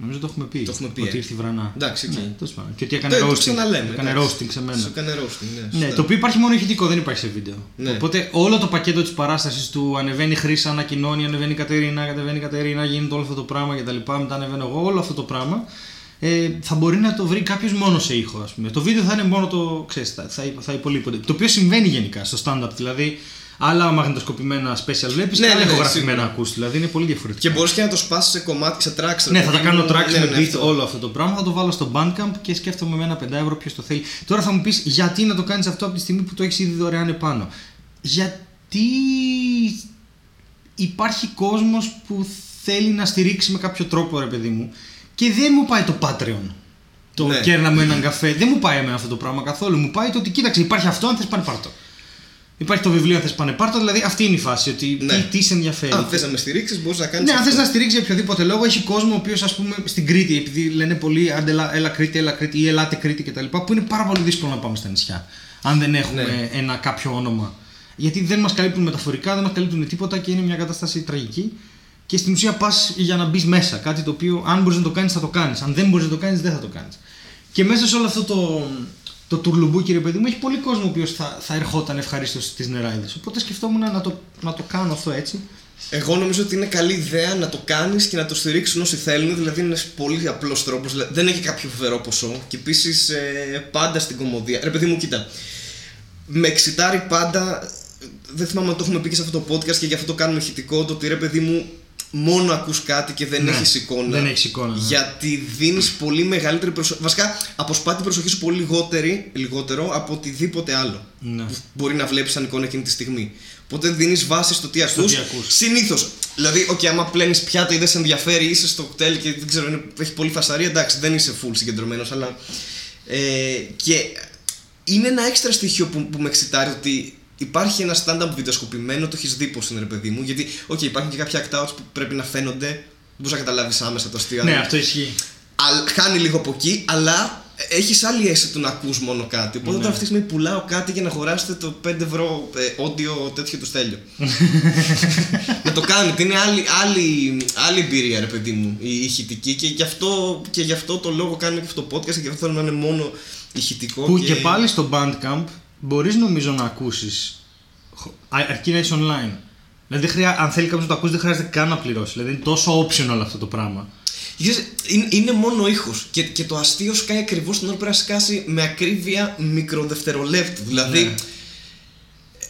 S2: Νομίζω το έχουμε πει.
S1: Το έχουμε πει,
S2: Ότι
S1: ε.
S2: ήρθε η βρανά.
S1: Εντάξει, οκ.
S2: Ναι, τέλος πάντων. Και ότι
S1: Το-
S2: έκανε
S1: Το
S2: roasting.
S1: ξαναλέμε.
S2: Έκανε
S1: εντάξει.
S2: roasting σε
S1: Σου
S2: μένα.
S1: έκανε roasting, ναι.
S2: Ναι,
S1: σωστά.
S2: το οποίο υπάρχει μόνο ηχητικό, δεν υπάρχει σε βίντεο.
S1: Ναι.
S2: Οπότε όλο το πακέτο της παράστασης του ανεβαίνει η Χρήσα, ανακοινώνει, ανεβαίνει η Κατερίνα, κατεβαίνει η Κατερίνα, γίνεται όλο αυτό το πράγμα κτλ. Μετά ανεβαίνω εγώ, όλο αυτό το πράγμα. Ε, θα μπορεί να το βρει κάποιος μόνος σε ήχο, ας πούμε. Το βίντεο θα είναι μόνο το. ξέρεις, θα, θα, θα υπολείπονται. Το οποίο συμβαίνει γενικά στο stand-up. Δηλαδή, άλλα μαγνητοσκοπημένα special βλέπεις
S1: Ναι,
S2: και άλλα
S1: ναι, ναι,
S2: ηχογραφημένα
S1: σίγουρα.
S2: ακούς, Δηλαδή είναι πολύ διαφορετικό.
S1: Και μπορείς και να το σπάσεις σε κομμάτι, σε tracks.
S2: Ναι, θα τα κάνω tracks
S1: Ναι,
S2: με
S1: ναι,
S2: beat
S1: αυτό.
S2: όλο αυτό το πράγμα. Θα το βάλω στο Bandcamp και σκέφτομαι με ένα 5 ευρώ ποιος το θέλει. Τώρα θα μου πεις γιατί να το κάνεις αυτό από τη στιγμή που το έχεις ήδη δωρεάν επάνω. Γιατί υπάρχει κόσμος που θέλει να στηρίξει με κάποιο τρόπο, ρε παιδί μου, και δεν μου πάει το Patreon. Το
S1: Ναι.
S2: κέρναμε έναν καφέ. Δεν μου πάει εμένα αυτό το πράγμα καθόλου. Μου πάει το ότι κοίταξε, υπάρχει αυτό, αν θες πάνε πάρτο. Υπάρχει το βιβλίο, αν θε πάνε πάρτο. Δηλαδή αυτή είναι η φάση. Ότι
S1: Ναι.
S2: τι, τι σε ενδιαφέρει.
S1: Αν θες να με στηρίξεις, μπορείς να κάνεις.
S2: Ναι, αν θες να στηρίξεις για οποιοδήποτε λόγο, έχει κόσμο ο οποίος ας πούμε στην Κρήτη, επειδή λένε πολλοί άντε, έλα, έλα Κρήτη, έλα Κρήτη ή ελάτε Κρήτη κτλ. που είναι πάρα πολύ δύσκολο να πάμε στα νησιά. Αν δεν έχουμε
S1: Ναι.
S2: ένα κάποιο όνομα. Γιατί δεν μας καλύπτουν μεταφορικά, δεν μας καλύπτουν τίποτα και είναι μια κατάσταση τραγική. Και στην ουσία πας για να μπεις μέσα. Κάτι το οποίο αν μπορείς να το κάνεις θα το κάνεις. Αν δεν μπορείς να το κάνεις δεν θα το κάνεις. Και μέσα σε όλο αυτό το, το τουρλουμπούκι, ρε παιδί μου, έχει πολύ κόσμο ο οποίος θα, θα ερχόταν ευχαρίστως στις νεράιδες. Οπότε σκεφτόμουν να το, να το κάνω αυτό έτσι.
S1: Εγώ νομίζω ότι είναι καλή ιδέα να το κάνεις και να το στηρίξουν όσοι θέλουν. Δηλαδή είναι ένας πολύ απλός τρόπος. Δεν έχει κάποιο φοβερό ποσό. Και επίσης πάντα στην κομμωδία. Ρε παιδί μου, κοίτα. Με εξητάρει πάντα. Δεν θυμάμαι αν το έχουμε πει και σε αυτό το podcast και γι' αυτό το κάνουμε ηχητικό. Το ότι ρε παιδί μου, μόνο ακούς κάτι και δεν
S2: Ναι,
S1: έχεις έχει εικόνα.
S2: δεν έχεις εικόνα, ναι.
S1: Γιατί δίνεις πολύ μεγαλύτερη προσοχή. Βασικά, αποσπά την προσοχή σου πολύ λιγότερη, λιγότερο από οτιδήποτε άλλο.
S2: Ναι.
S1: Που μπορεί να βλέπεις σαν εικόνα εκείνη τη στιγμή. Οπότε δίνεις βάση στο τι ακούς.
S2: τι ακούς.
S1: Συνήθως. Δηλαδή, οκ, άμα πλένεις πιάτο ή δεν σε ενδιαφέρει, είσαι στο κτέλ και δεν ξέρω, είναι, έχει πολύ φασαρία, εντάξει, δεν είσαι full συγκεντρωμένος, αλλά. Ε, και είναι ένα έξτρα στοιχείο που, που με εξητάρει ότι υπάρχει ένα stand-up βιντεοσκοπημένο, το έχεις δει πώς είναι, ρε παιδί μου. Γιατί, οκ, υπάρχουν και κάποια act-outs που πρέπει να φαίνονται, δεν μπορείς να καταλάβεις άμεσα το αστείο.
S2: Ναι,
S1: αλλά-
S2: αυτό ισχύει.
S1: αλλά- χάνει λίγο από εκεί, αλλά έχεις άλλη αίσθηση του να ακούς μόνο κάτι. Οπότε
S2: Ναι.
S1: όταν αυτή τη στιγμή πουλάω κάτι για να αγοράσετε το 5 ευρώ ε, όντιο τέτοιο του
S2: <laughs>
S1: στέλιο. να το κάνετε. Είναι άλλη, άλλη, άλλη εμπειρία, ρε παιδί μου, η ηχητική. Και γι' αυτό, και γι αυτό το λόγο κάνουμε και αυτό το podcast και γι' αυτό θέλω να είναι μόνο ηχητικό.
S2: Που και πάλι στο Bandcamp μπορείς νομίζω να ακούσεις χο- α- αρκεί να είσαι online. Δηλαδή, δεν χρειά- αν θέλει κάποιος να το ακούσει, δεν χρειάζεται καν να πληρώσει. Δηλαδή, είναι τόσο optional αυτό το πράγμα.
S1: Ξέρεις, Είναι, είναι μόνο ήχος. Και, και το αστείο σκάει
S2: Ναι.
S1: ακριβώς την ώρα που πρέπει να σκάσει με ακρίβεια μικροδευτερολέπτου. Δηλαδή.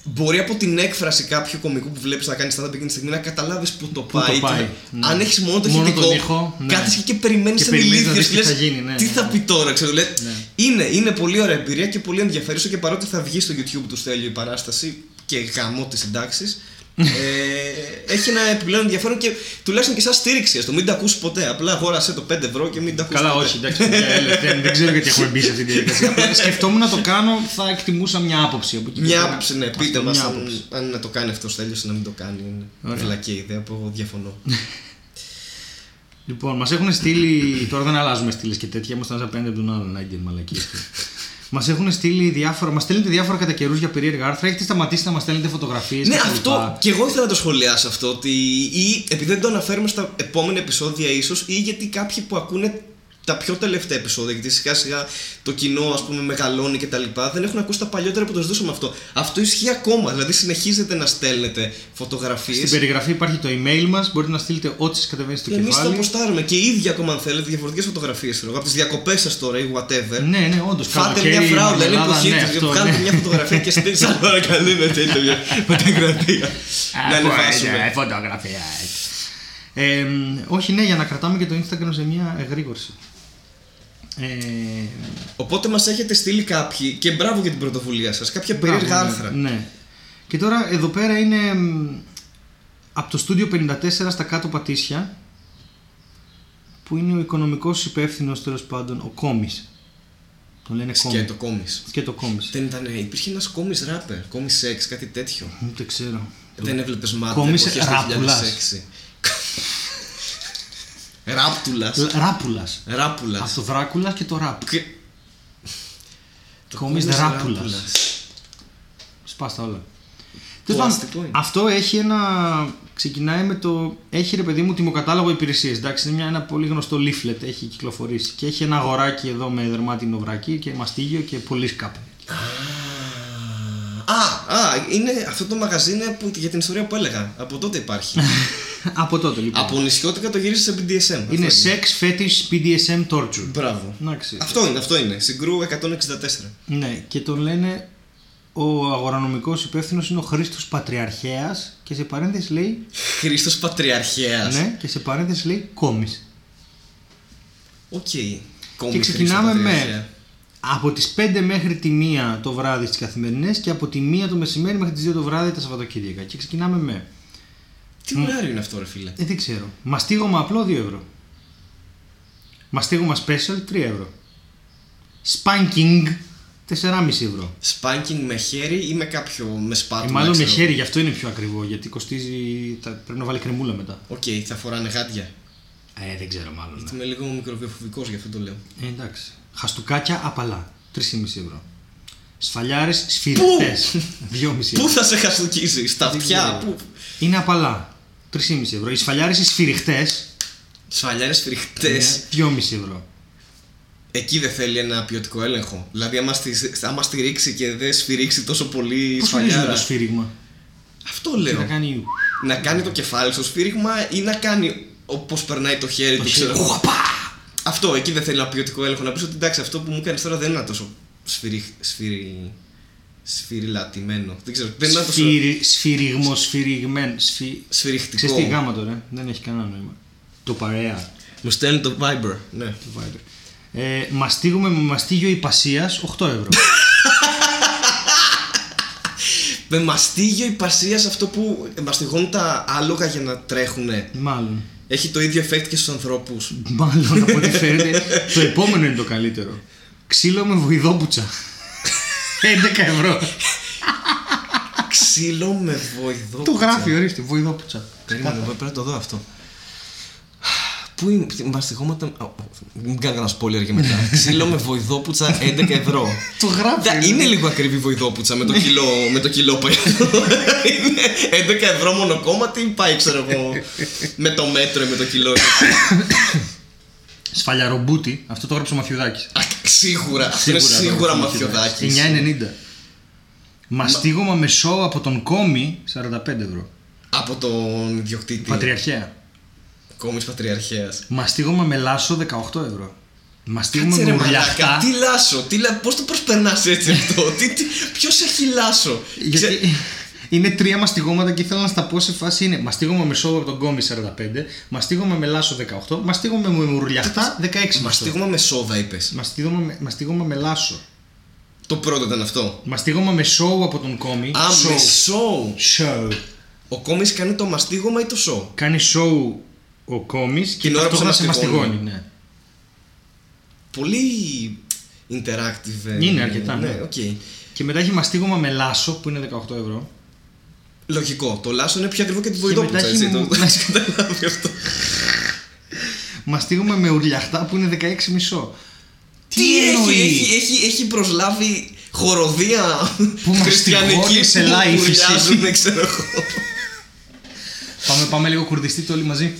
S1: Μπορεί από την έκφραση κάποιου κομικού που βλέπεις να κάνει στα εκείνη τη στιγμή να καταλάβεις που το πάει.
S2: το πάει,
S1: Τι-
S2: ναι.
S1: Αν έχεις μόνο το
S2: Μόνο
S1: χητικό,
S2: τον ήχο, ναι.
S1: κάθεσαι εκεί και περιμένεις
S2: Και
S1: σε
S2: περιμένεις να
S1: μιλίδια
S2: δεις
S1: και
S2: τι
S1: λες,
S2: θα γίνει, ναι,
S1: Τι
S2: ναι,
S1: θα
S2: ναι.
S1: πει τώρα, ξέρω. λες,
S2: Ναι.
S1: είναι, είναι πολύ ωραία εμπειρία και πολύ ενδιαφέρουσα και παρότι θα βγει στο YouTube του Στέλιο η παράσταση και γαμώ τις συντάξεις.
S2: <laughs>
S1: ε, έχει ένα επιπλέον ενδιαφέρον και τουλάχιστον και σαν στήριξη. Το μην τα ακούσει ποτέ. Απλά αγόρασε το 5 ευρώ και μην τα ακούσει.
S2: Καλά,
S1: ποτέ.
S2: όχι, εντάξει, παιδιά, έλευτε, δεν ξέρω γιατί έχουμε μπει σε αυτή τη
S1: <laughs>
S2: διαδικασία. Απλά Σκεφτόμουν να το κάνω, θα εκτιμούσα μια άποψη. από εκεί και
S1: Μια
S2: πέρα.
S1: άποψη, ναι,
S2: Αυτό,
S1: πείτε
S2: μια
S1: μας αν,
S2: άποψη.
S1: αν να το κάνει αυτός τέλειος ή να μην το κάνει. Είναι
S2: Ωραία.
S1: βλακή ιδέα που εγώ διαφωνώ.
S2: Λοιπόν, μας έχουν στείλει. Τώρα δεν αλλάζουμε στήλες και τέτοια, είμαστε ένας απέναντι από τον άλλον. Άγγελ, μαλακίε. Μας έχουν στείλει διάφορα. Μας στέλνετε διάφορα κατά καιρούς για περίεργα άρθρα. Έχετε σταματήσει να μας στέλνετε φωτογραφίες.
S1: ναι, αυτό και εγώ ήθελα να το σχολιάσω αυτό. Ότι ή επειδή δεν το αναφέρουμε στα επόμενα επεισόδια, ίσως, ή γιατί κάποιοι που ακούνε τα πιο τελευταία επεισόδια, γιατί σιγά σιγά το κοινό ας πούμε μεγαλώνει και τα λοιπά, δεν έχουν ακούσει τα παλιότερα που τους δώσαμε αυτό. Αυτό ισχύει ακόμα, δηλαδή συνεχίζετε να στέλνετε
S2: Στην
S1: φωτογραφίες
S2: περιγραφή υπάρχει το email μας. Μπορείτε να στείλετε ό,τι σας κατεβαίνει στο
S1: και εμείς το
S2: κεφάλι.
S1: αποστάρουμε και οι ίδιοι ακόμα αν θέλετε διαφορετικές φωτογραφίες, ξέρω εγώ, από τις διακοπές σας τώρα ή whatever,
S2: Ναι, ναι, όντως.
S1: Φάτε μια φράουλα,
S2: ναι,
S1: είναι εποχή του. Κάντε μια φωτογραφία και στείλτε σαν παρακαλεί με τέτοιο
S2: <laughs>
S1: μια φωτογραφία. Να ανεβάσουμε.
S2: φωτογραφία. Ε, μ, όχι, ναι, για να κρατάμε και το Instagram σε μια εγρήγορση. Ε,
S1: Οπότε μας έχετε στείλει κάποιοι και μπράβο για την πρωτοβουλία σας. Κάποια
S2: Μπράβο,
S1: περίεργα
S2: ναι,
S1: άρθρα.
S2: Ναι. Και τώρα εδώ πέρα είναι από το στούντιο 54 στα κάτω Πατήσια που είναι ο οικονομικός υπεύθυνος τέλος πάντων, ο Κόμης. Τον λένε Κόμη.
S1: Σκέτο, κόμι.
S2: Και το Κόμης.
S1: Δεν ήταν, ε, υπήρχε ένας κόμι ράπερ, κόμι σεξ, κάτι τέτοιο.
S2: Δεν το ξέρω.
S1: Δεν έβλεπες μάτια.
S2: κόμις
S1: εποχές του
S2: ράπουλας.
S1: <laughs> 2006. Ράπτουλα.
S2: Ράπουλας.
S1: Ράπουλας.
S2: Από το Δράκουλας και το Ράπ. Κόμης
S1: Κόμι
S2: Δράκουλα. Σπάστα όλα. Τέλος
S1: Πλαστικό
S2: πάντων,
S1: είναι.
S2: αυτό έχει ένα. Ξεκινάει με το. Έχει ρε παιδί μου τιμοκατάλογο υπηρεσίες. Εντάξει, είναι μια, ένα πολύ γνωστό leaflet. Έχει κυκλοφορήσει. Και έχει ένα αγοράκι εδώ με δερμάτινο βρακί και μαστίγιο και πολύ
S1: <laughs>
S2: σκάπ.
S1: Α, α, είναι αυτό το μαγαζί είναι που, για την ιστορία που έλεγα. Από τότε υπάρχει.
S2: Από τότε λοιπόν.
S1: Από νησιώτικα το γύρισε σε BDSM. Αυτό
S2: Ναι. Είναι sex fetish BDSM torture.
S1: Μπράβο.
S2: Εντάξει.
S1: Αυτό είναι, αυτό είναι. Συγκρού 164.
S2: Ναι, και τον λένε ο αγορανομικός υπεύθυνος είναι ο Χρήστος Πατριαρχέας και σε παρένθεση λέει.
S1: Χρήστος Πατριαρχέας.
S2: Ναι, και σε παρένθεση λέει κόμις.
S1: Οκ. Κόμι
S2: Και ξεκινάμε
S1: Χρήστος
S2: με
S1: Πατριαρχέα.
S2: από τις 5 μέχρι τη 1 το βράδυ στις καθημερινές και από τη 1 το μεσημέρι μέχρι τις 2 το βράδυ τα Σαββατοκύριακα. Και ξεκινάμε με,
S1: Τι ωράριο είναι αυτό, ρε φίλε.
S2: ε, δεν ξέρω, μαστίγωμα απλό 2 ευρώ. Μαστίγωμα special 3 ευρώ. Spanking 4,5 ευρώ.
S1: Σπάνκινγκ με χέρι ή με κάποιο. με
S2: Ε,
S1: σπάτουλα.
S2: μάλλον με
S1: ξέρω.
S2: χέρι, γι' αυτό είναι πιο ακριβό, γιατί κοστίζει, τα, πρέπει να βάλει κρεμούλα μετά.
S1: Οκ, θα φοράνε γάντια.
S2: Ε, δεν ξέρω μάλλον. ναι.
S1: Είμαι λίγο μικροβιοφοβικός γι' αυτό το λέω.
S2: Ε, εντάξει. Χαστούκάκια απαλά, 3,5 ευρώ. Σφαλιάρες <laughs> σφυριχτές, 2,5 ευρώ.
S1: Πού θα σε χαστοκίσει, στα
S2: Δεν
S1: αυτιά,
S2: ξέρω.
S1: πού.
S2: Είναι απαλά. 3,5 ευρώ. Οι σφαλιάρες οι σφυριχτές.
S1: Σφαλιάρες φρικτέ.
S2: 2,5 ευρώ.
S1: Εκεί δεν θέλει ένα ποιοτικό έλεγχο. Δηλαδή, άμα, στη, άμα στηρίξει και δεν σφυρίξει τόσο πολύ η
S2: Πώς φανίζει το
S1: σφαλιάρα.
S2: σφύριγμα.
S1: Αυτό
S2: Τι
S1: λέω.
S2: να κάνει.
S1: να κάνει το κεφάλι στο σφύριγμα ή να κάνει όπως περνάει το χέρι
S2: Το
S1: του.
S2: χέρι.
S1: Ξέρω. εγώ. Αυτό εκεί δεν θέλει ένα ποιοτικό έλεγχο. Να πεις ότι εντάξει, αυτό που μου έκανε τώρα δεν είναι τόσο σφυρι, σφυρι, σφυριλατημένο. Δεν ξέρω. Δεν είναι τόσο
S2: Σφύρι- Σφύριγμο, σφύριγμένο. Σφυ... Ξέρεις τι
S1: σφυριχτικό.
S2: γάμα τώρα. Δεν έχει κανένα νόημα. Το παρέα.
S1: Μου στέλνει το Viber. Ναι.
S2: Το Viber. Ε, μαστίγουμε με μαστίγιο υπασίας 8
S1: <laughs>
S2: ευρώ.
S1: Με μαστίγιο υπασίας αυτό που μαστιγώνουν τα άλογα για να τρέχουνε.
S2: Μάλλον.
S1: Έχει το ίδιο effect και στους ανθρώπους.
S2: Μάλλον από ό,τι φαίνεται. το επόμενο είναι το καλύτερο. Ξύλο με βοηδόπουτσα.
S1: <laughs>
S2: 11 ευρώ.
S1: Ξύλο με βοηδό.
S2: το γράφει, ορίστε. Βοηδόπουτσα.
S1: Περίμενε, πρέπει να το δω αυτό. Πού είναι, μαστιγώματα. Α, Μην κάνω ένα spoiler και μετά. <laughs> Ξύλο με βοηδόπουτσα 11 ευρώ.
S2: Το γράφει.
S1: Τα- είναι λίγο ακριβή η βοηδόπουτσα με το κιλό, με το κιλό που είναι 11 ευρώ μονοκόμματι ή πάει, ξέρω εγώ, με το μέτρο ή με το κιλό.
S2: Σφαλιαρομπούτι, αυτό το έγραψε ο Μαθιουδάκης.
S1: Α, σίγουρα, αυτό είναι σίγουρα ναι, μαφιοδάκι.
S2: 9,90. Μαστίγωμα με σόου από τον Κόμι 45 ευρώ.
S1: Από τον ιδιοκτήτη.
S2: Πατριαρχαία.
S1: Κόμις Πατριαρχέας.
S2: Μαστίγωμα με λάσο 18 ευρώ. Μαστίγωμα
S1: Κάτσε
S2: με
S1: ρε μαλάκα,
S2: ουρλιαχτά.
S1: τι λάσο, τι, λα- πώς το προσπερνάς έτσι αυτό, τι, τι, ποιος έχει λάσο.
S2: Γιατί-
S1: Ξε-
S2: Είναι τρία μαστιγώματα και ήθελα να στα πω σε φάση είναι μαστίγωμα με σόβα από τον κόμι 45, μαστίγωμα με λάσο 18, μαστίγωμα με μουρλιαχτά 16.
S1: Μαστίγωμα με σόδα, είπες.
S2: Μαστίγωμα με, μαστίγωμα με λάσο.
S1: Το πρώτο ήταν αυτό.
S2: Μαστίγωμα με show από τον κόμι.
S1: Α, με
S2: show.
S1: show.
S2: show.
S1: Ο κόμις κάνει το μαστίγωμα ή το show.
S2: Κάνει show ο κόμις και
S1: Την ώρα που
S2: ταυτόχρονα
S1: σε
S2: σε
S1: μαστιγώνει.
S2: μαστιγώνει. Ναι.
S1: Πολύ interactive. ε,
S2: Είναι αρκετά,
S1: Ναι,
S2: ναι.
S1: οκ.
S2: Και μετά έχει μαστίγωμα με λάσο που είναι 18 ευρώ.
S1: Λογικό. Το λάσο είναι πιο ακριβό και τη βοηδόπουλα.
S2: μετά έχει
S1: έτσι. Το
S2: μου-
S1: το έχεις καταλάβει αυτό.
S2: Μαστίγωμα με ουρλιαχτά που είναι 16 μισό. Τι
S1: έχει,
S2: εννοείς?
S1: έχει, έχει, έχει προσλάβει χοροδία
S2: Που μας
S1: χριστιανική
S2: τυγώνει σε live,
S1: που
S2: εσύ.
S1: βουλιάζουν, ξέρω εγώ.
S2: Πάμε, πάμε λίγο κουρδιστείτε όλοι μαζί.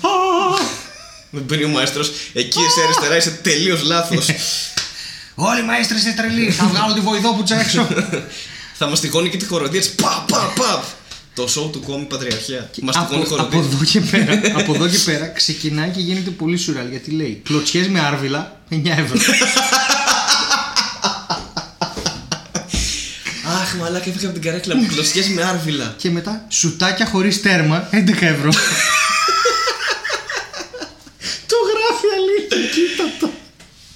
S1: Με μπαίνει ο μαέστρος. Εκεί εσύ αριστερά είσαι τελείως
S2: Ναι.
S1: λάθος.
S2: Όλοι οι μαέστρες είναι τρελοί. Θα βγάλω τη βοηδόπουτσα
S1: <laughs>
S2: έξω.
S1: Θα μας τυχώνει και τη χοροδία της. Πα, πα, πα. Το show του κόμι Πατριαρχία. Μα τυχώνει
S2: από, από,
S1: χοροδία.
S2: εδώ και πέρα, από εδώ και πέρα ξεκινάει και γίνεται πολύ σουραλ γιατί λέει κλωτσιές με άρβιλα 9 ευρώ.
S1: Αχ, μαλάκα, έφυγα από την καρέκλα μου. Κλωστιέ με άρβιλα.
S2: και μετά σουτάκια χωρίς τέρμα 11 ευρώ. το γράφει αλήθεια, κοίτα το.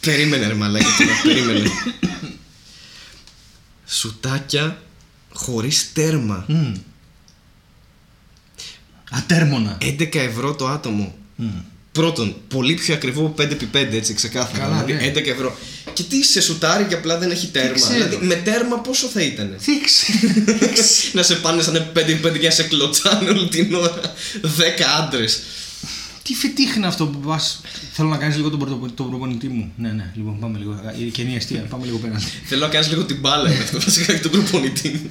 S1: Περίμενε, ρε μαλάκα,
S2: <laughs>
S1: τώρα, περίμενε. Σουτάκια χωρίς τέρμα.
S2: Μμμ. Ατέρμονα.
S1: 11 ευρώ το άτομο.
S2: Μμμ.
S1: Πρώτον, πολύ πιο ακριβό 5x5 έτσι ξεκάθαρα.
S2: Καλά,
S1: δηλαδή
S2: ναι.
S1: 11 ευρώ. Και τι σε σουτάρει και απλά δεν έχει τέρμα.
S2: ξέρω.
S1: Δηλαδή με τέρμα πόσο θα
S2: <laughs>
S1: ήταν.
S2: Τι ξέρει.
S1: να σε πάνε σαν 5x5 και να σε κλωτσάνε όλη την ώρα. 10 άντρες.
S2: Τι φετίχ είναι αυτό που πας. Θέλω να κάνεις λίγο τον, πρωτοπο- τον προπονητή μου. Ναι, ναι, λοιπόν, πάμε λίγο. Η καινή αστεία, πάμε λίγο πέραν.
S1: Θέλω να κάνεις λίγο την μπάλα είναι αυτό βασικά και τον προπονητή μου.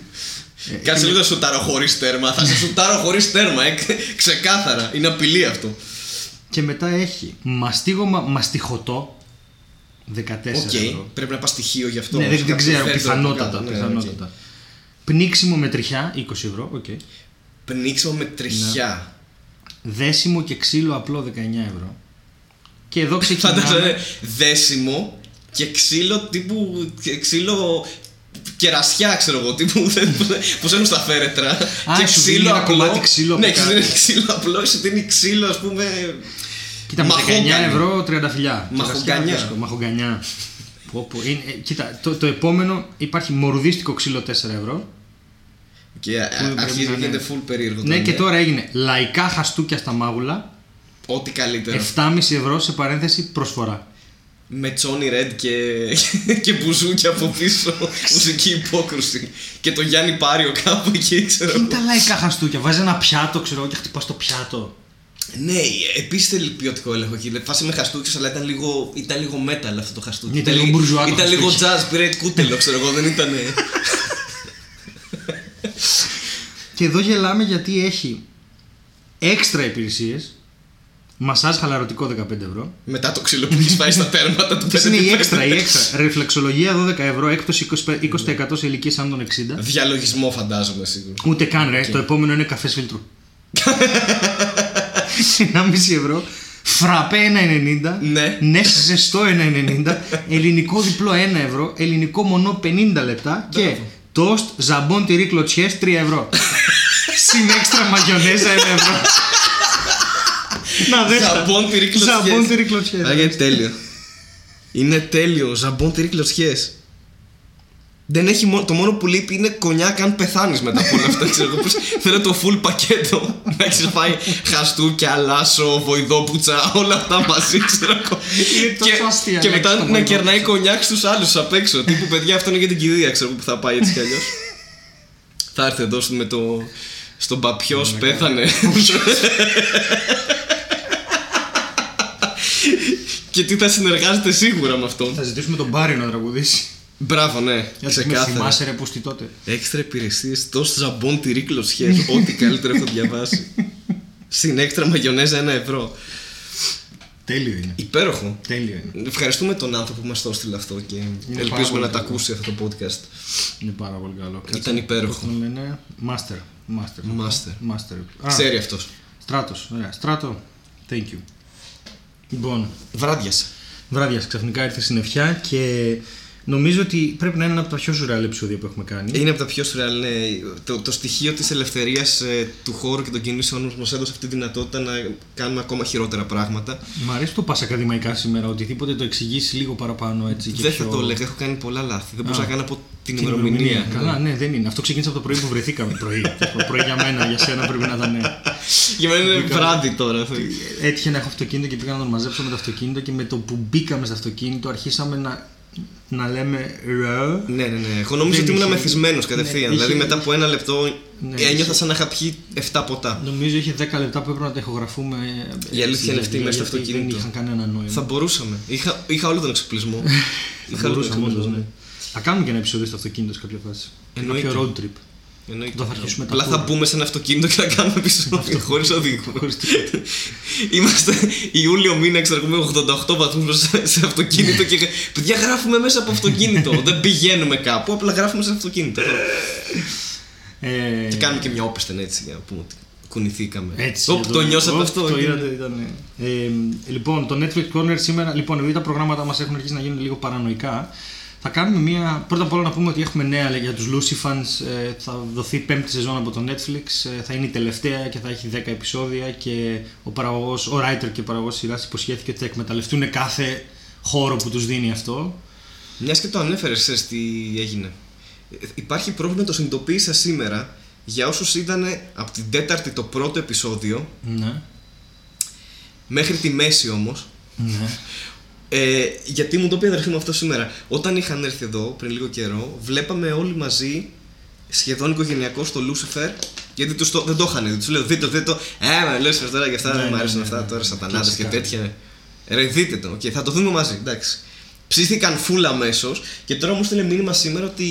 S2: Ε,
S1: Κάτσε λίγο να σουτάρω χωρίς τέρμα. Θα σε σουτάρω χωρίς τέρμα, ε. ξεκάθαρα. Είναι απειλή αυτό.
S2: Και μετά έχει μαστίγωμα μαστιχωτό 14
S1: Οκ,
S2: ευρώ.
S1: πρέπει να πας στοιχείο γι' αυτό.
S2: Ναι, δεν, δεν
S1: Κάποιο
S2: ξέρω,
S1: φέρνει το
S2: πιθανότατα.
S1: κάτι. Ναι,
S2: πιθανότατα.
S1: οκ.
S2: Πνίξιμο με τριχιά 20 ευρώ, οκ.
S1: Πνίξιμο με τριχιά.
S2: Δέσιμο και ξύλο απλό 19 ευρώ. Και εδώ
S1: Φαντάζομαι
S2: ξεκινάμε.
S1: ε, δέσιμο και ξύλο τύπου. και ξύλο κερασιά, ξέρω εγώ, τύπου <laughs> δεν- που σε έχουν στα φέρετρα. και
S2: σου δίνει ένα κομμάτι ξύλο
S1: Ναι,
S2: από
S1: σου
S2: κάτω.
S1: δίνει <laughs> ξύλο απλό, σου δίνει ξύλο, ας πούμε.
S2: Κοίτα, με 19
S1: μαχόγκανη.
S2: ευρώ 30 φιλιά.
S1: Μαχογκανιά.
S2: Κερασιά, Μαχογκανιά. Πω, πω, είναι- ε, κοίτα, το, το επόμενο υπάρχει μορδίστικο ξύλο 4 ευρώ.
S1: Και α-
S2: πρέπει
S1: αρχίζει
S2: να
S1: να
S2: είναι.
S1: γίνεται full περίεργο.
S2: Ναι,
S1: το
S2: και
S1: ναι.
S2: τώρα έγινε λαϊκά χαστούκια στα μάγουλα.
S1: Ό,τι καλύτερο.
S2: 7,5 ευρώ σε παρένθεση προσφορά.
S1: Με Τσόνι Ρεντ και, <laughs> και μπουζούκια από πίσω. Μουσική υπόκρουση. Και το Γιάννη Πάριο κάπου εκεί, ξέρω
S2: Τι
S1: εγώ.
S2: είναι τα λαϊκά χαστούκια. Βάζει ένα πιάτο, ξέρω εγώ, και χτυπάς το πιάτο.
S1: Ναι, επίσης θέλει ποιοτικό έλεγχο εκεί. Δηλαδή, Φάση με χαστούκι, αλλά ήταν λίγο, ήταν λίγο metal αυτό το χαστούκι.
S2: Ήταν λίγο μπουρζουά το
S1: Ήταν λίγο jazz,
S2: χαστούκι.
S1: πήρε κούτελο, ξέρω εγώ, δεν ήταν.
S2: <laughs> Και εδώ γελάμε γιατί έχει έξτρα υπηρεσίες. Μασάζ χαλαρωτικό 15 ευρώ.
S1: Μετά το ξύλο που έχεις πάει στα τέρματα του
S2: Αυτέ είναι η
S1: 5.
S2: έξτρα, η έξτρα. Ρεφλεξολογία 12 ευρώ, έκπτωση 20% 20% σε ηλικίε άνω των 60.
S1: Διαλογισμό, φαντάζομαι σίγουρα.
S2: Ούτε καν ρε, το επόμενο είναι καφές φίλτρου. 1,5 ευρώ. Φραπέ 1,90.
S1: Ναι.
S2: Νες ζεστό 1,90.
S1: <laughs>
S2: Ελληνικό διπλό 1 ευρώ. Ελληνικό μονό 50 λεπτά. Και
S1: Μπράβο.
S2: τοστ ζαμπόν τυρί κλωτσιές 3
S1: <laughs>
S2: ευρώ. Συν έξτρα μαγιονέζα 1 ευρώ. Να δέστα.
S1: Ζαμπόν τυρί κλωτσιές.
S2: Ζαμπόν τυρί κλωτσιές.
S1: Άρα είναι τέλειο. Είναι τέλειο. Ζαμπόν τυρί κλωτσιές. Δεν έχει μόνο, το μόνο που λείπει είναι κονιάκ αν πεθάνεις μετά από όλα αυτά. Ξέρω,
S2: <laughs>
S1: εγώ, πώς, θέλω το full πακέτο. Να έχεις φάει χαστούκια, λάσο, βοηδόπουτσα, όλα αυτά μαζί. Ξέρω, εγώ.
S2: Είναι τόσο αστεία
S1: και
S2: λέξη
S1: μετά
S2: το
S1: να
S2: βοηδόπουτσα.
S1: κερνάει κονιάκ στους άλλους απ' έξω. Τύπου παιδιά, αυτό είναι για την κηδεία, ξέρω που θα πάει έτσι κι αλλιώς. θα έρθει εδώ με το. Στον παπιός
S2: Ναι,
S1: πέθανε. <laughs> και τι θα συνεργάζεται σίγουρα με αυτόν.
S2: Θα ζητήσουμε τον Μπάρι να τραγουδήσει.
S1: Μπράβο, ναι,
S2: Γιατί με
S1: ξεκάθαρα.
S2: θυμάσαι ρε που στη τότε.
S1: Έξτρα υπηρεσίε, τόσο ζαμπόν τυρί κλωσιές,
S2: Ναι.
S1: ό,τι καλύτερο έχω διαβάσει. Συν έξτρα μαγιονέζα ένα ευρώ.
S2: Τέλειο είναι.
S1: Υπέροχο.
S2: Τέλειο είναι.
S1: Ευχαριστούμε τον άνθρωπο που μας το έστειλε αυτό και
S2: Ναι. πάρα
S1: ελπίζουμε
S2: πολύ
S1: να τα
S2: καλό.
S1: ακούσει αυτό το podcast.
S2: Είναι πάρα πολύ καλό. ναι.
S1: Ήταν υπέροχο.
S2: Τον λένε Master. Master.
S1: Master.
S2: Master.
S1: Ξέρει αυτός.
S2: Στράτος. Ωραία. Στράτο. Thank you. Λοιπόν,
S1: Βράδιασε.
S2: βράδιας ξαφνικά ήρθε η συννεφιά και Νομίζω ότι πρέπει να είναι ένα από τα πιο σουρεάλ επεισόδια που έχουμε κάνει.
S1: Είναι από τα πιο σουρεάλ, ναι. Το, το στοιχείο της ελευθερίας ε, του χώρου και των κινήσεων μας έδωσε αυτή τη δυνατότητα να κάνουμε ακόμα χειρότερα πράγματα.
S2: Μ' αρέσει το πα ακαδημαϊκά σήμερα. Οτιδήποτε το εξηγήσει λίγο παραπάνω έτσι. και
S1: δεν
S2: πιο-
S1: θα το έλεγα, έχω κάνει πολλά λάθη. Δεν μπορούσα
S2: Α.
S1: καν να πω την
S2: Την
S1: ημερομηνία.
S2: Καλά, ναι, δεν είναι. Αυτό ξεκίνησε από το πρωί που βρεθήκαμε.
S1: <laughs>
S2: πρωί. πρωί για μένα, για σένα πρέπει να ήταν. ε,
S1: Για μένα είναι
S2: Δικά.
S1: βράδυ τώρα.
S2: Έτυχε να έχω αυτοκίνητο και πήγα να τον μαζέψω με το αυτοκίνητο και με το που μπήκαμε στο αυτοκίνητο αρχίσαμε να, να λέμε ρο.
S1: Ναι, ναι, ναι. Εγώ νόμιζα
S2: Δεν
S1: ότι ήμουν
S2: είχε-
S1: μεθυσμένο
S2: Ναι,
S1: κατευθείαν.
S2: είχε-
S1: δηλαδή μετά από ένα λεπτό
S2: Ναι, είχε-
S1: ένιωθα σαν να είχα πιει 7 ποτά.
S2: Νομίζω είχε 10 λεπτά που έπρεπε να τα ηχογραφούμε. ε,
S1: Η αλήθεια είναι αυτή, μέσα στο
S2: Δεν
S1: αυτοκίνητο.
S2: είχαν κανένα νόημα.
S1: Θα μπορούσαμε. Είχα, είχα όλο τον
S2: <laughs>
S1: εξοπλισμό.
S2: Θα μπορούσαμε
S1: εξοπλισμό,
S2: όντως, ναι. Θα κάνουμε και ένα επεισόδιο στο αυτοκίνητο σε κάποια φάση.
S1: Εννοείται.
S2: Κάποιο road trip.
S1: Εννοείται.
S2: Όταν θα αρχίσουμε τα
S1: Απλά θα
S2: tour. Ναι.
S1: μπούμε σε ένα αυτοκίνητο και θα κάνουμε επεισόδιο χωρίς οδηγούς. Είμαστε Ιούλιο μήνα, ξέρω εγώ, με 88 βαθμού σε, σε αυτοκίνητο και. Παιδιά, γράφουμε μέσα από
S2: <laughs>
S1: αυτοκίνητο. Δεν πηγαίνουμε κάπου, απλά γράφουμε σε αυτοκίνητο.
S2: Ε,
S1: και κάνουμε και μια όπισθεν έτσι για να πούμε ότι κουνηθήκαμε.
S2: Έτσι.
S1: Οπ, το νιώσατε
S2: οπ,
S1: αυτό.
S2: Το είδατε, ήταν. Ε, λοιπόν, το Netflix Corner σήμερα, λοιπόν, επειδή τα προγράμματα μας έχουν αρχίσει να γίνουν λίγο παρανοϊκά, θα κάνουμε μία. Πρώτα απ' όλα να πούμε ότι έχουμε νέα για τους Lucy fans. Ε, θα δοθεί πέμπτη σεζόν από το Netflix. Ε, θα είναι η τελευταία και θα έχει 10 επεισόδια. Και ο παραγωγός, ο writer και παραγωγός σειράς υποσχέθηκε ότι θα εκμεταλλευτούν κάθε χώρο που τους δίνει αυτό.
S1: Μιας και το ανέφερες, ξέρει τι έγινε. Ε, Υπάρχει πρόβλημα, το συνειδητοποίησα σήμερα για όσους ήταν από την τέταρτη το πρώτο επεισόδιο
S2: Ναι.
S1: μέχρι τη μέση όμως.
S2: Ναι.
S1: Ε, γιατί μου το πει η αδερφή μου αυτό σήμερα. Όταν είχαν έρθει εδώ πριν λίγο καιρό, βλέπαμε όλοι μαζί σχεδόν οικογενειακό στο Λούσιφερ. Γιατί τους το, δεν το είχαν δει. Τους λέω: Δείτε το, δείτε το. Ε, με λε τώρα και αυτά
S2: Ναι,
S1: δεν μου
S2: ναι,
S1: αρέσουν
S2: ναι,
S1: αυτά
S2: ναι.
S1: τώρα, σατανάδες και
S2: Κλασικά.
S1: τέτοια. ναι. Ρε, δείτε το. Okay, θα το δούμε μαζί. Εντάξει. Ψήθηκαν φούλα αμέσως και τώρα μου στείλε μήνυμα σήμερα ότι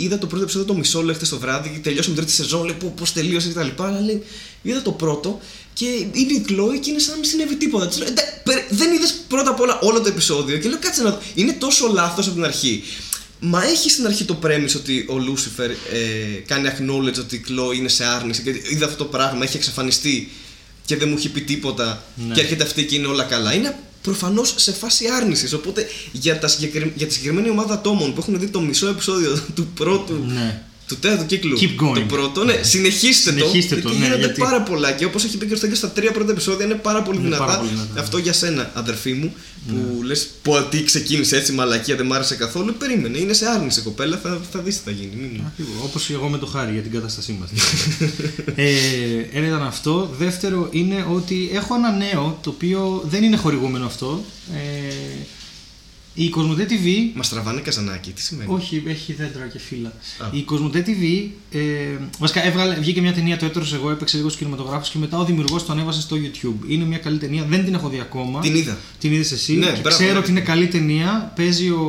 S1: είδα το πρώτο επεισόδιο το μισό, λέει χτε το βράδυ, τελειώσαμε την τρίτη σεζόν, λέει πώς τελείωσε κτλ. Αλλά λέει, είδα το πρώτο και είναι η Chloe και είναι σαν να μην συνέβη τίποτα. Της λέω, «Εντά- περι- δεν είδες πρώτα απ' όλα όλο το επεισόδιο και λέω κάτσε να δω. Είναι τόσο λάθος από την αρχή. Μα έχει στην αρχή το premise ότι ο Λούσιφερ ε, κάνει acknowledge ότι η Chloe είναι σε άρνηση και είδα αυτό το πράγμα, έχει εξαφανιστεί και δεν μου έχει πει τίποτα
S2: Ναι.
S1: και έρχεται αυτή και είναι όλα καλά. Είναι προφανώς σε φάση άρνησης. Οπότε για, τα συγκεκρι... για τη συγκεκριμένη ομάδα ατόμων που έχουν δει το μισό επεισόδιο του πρώτου.
S2: ναι.
S1: Του τέταρτου κύκλου.
S2: Keep going.
S1: Το πρώτο, ναι, συνεχίστε,
S2: Συνεχίστε το,
S1: γιατί
S2: ναι,
S1: γίνονται
S2: γιατί-
S1: πάρα πολλά. Και όπως έχει πει και ο Στέγκας, στα τρία πρώτα επεισόδια είναι πάρα πολύ,
S2: Είναι
S1: δυνατά.
S2: πάρα πολύ δυνατά. Ναι.
S1: Αυτό για σένα, αδερφή μου, που λες λες, πω τι ξεκίνησε έτσι, μαλακία, δεν μ' άρεσε καθόλου. Περίμενε, είναι σε άρνηση κοπέλα, θα, θα δεις τι θα γίνει. Μην-
S2: Όπω εγώ με το χάρη για την κατάστασή μας. ε, ένα ήταν αυτό. Δεύτερο είναι ότι έχω ένα νέο το οποίο δεν είναι χορηγούμενο αυτό. Ε, η Κοσμοτέ TV
S1: Μας τραβάνε καζανάκι, τι σημαίνει.
S2: όχι, έχει δέντρα και φύλλα.
S1: Ναι. Α.
S2: Η Κοσμοτέ TV. Ε, βασικά, έβγαλε, βγήκε μια ταινία το έτρος εγώ, έπαιξε λίγο στους κινηματογράφους και μετά ο δημιουργός το ανέβασε στο YouTube. Είναι μια καλή ταινία, δεν την έχω δει ακόμα.
S1: Την είδα.
S2: Την είδες εσύ.
S1: Ναι,
S2: Και
S1: μπράβο.
S2: ξέρω ότι είναι καλή ταινία. Παίζει ο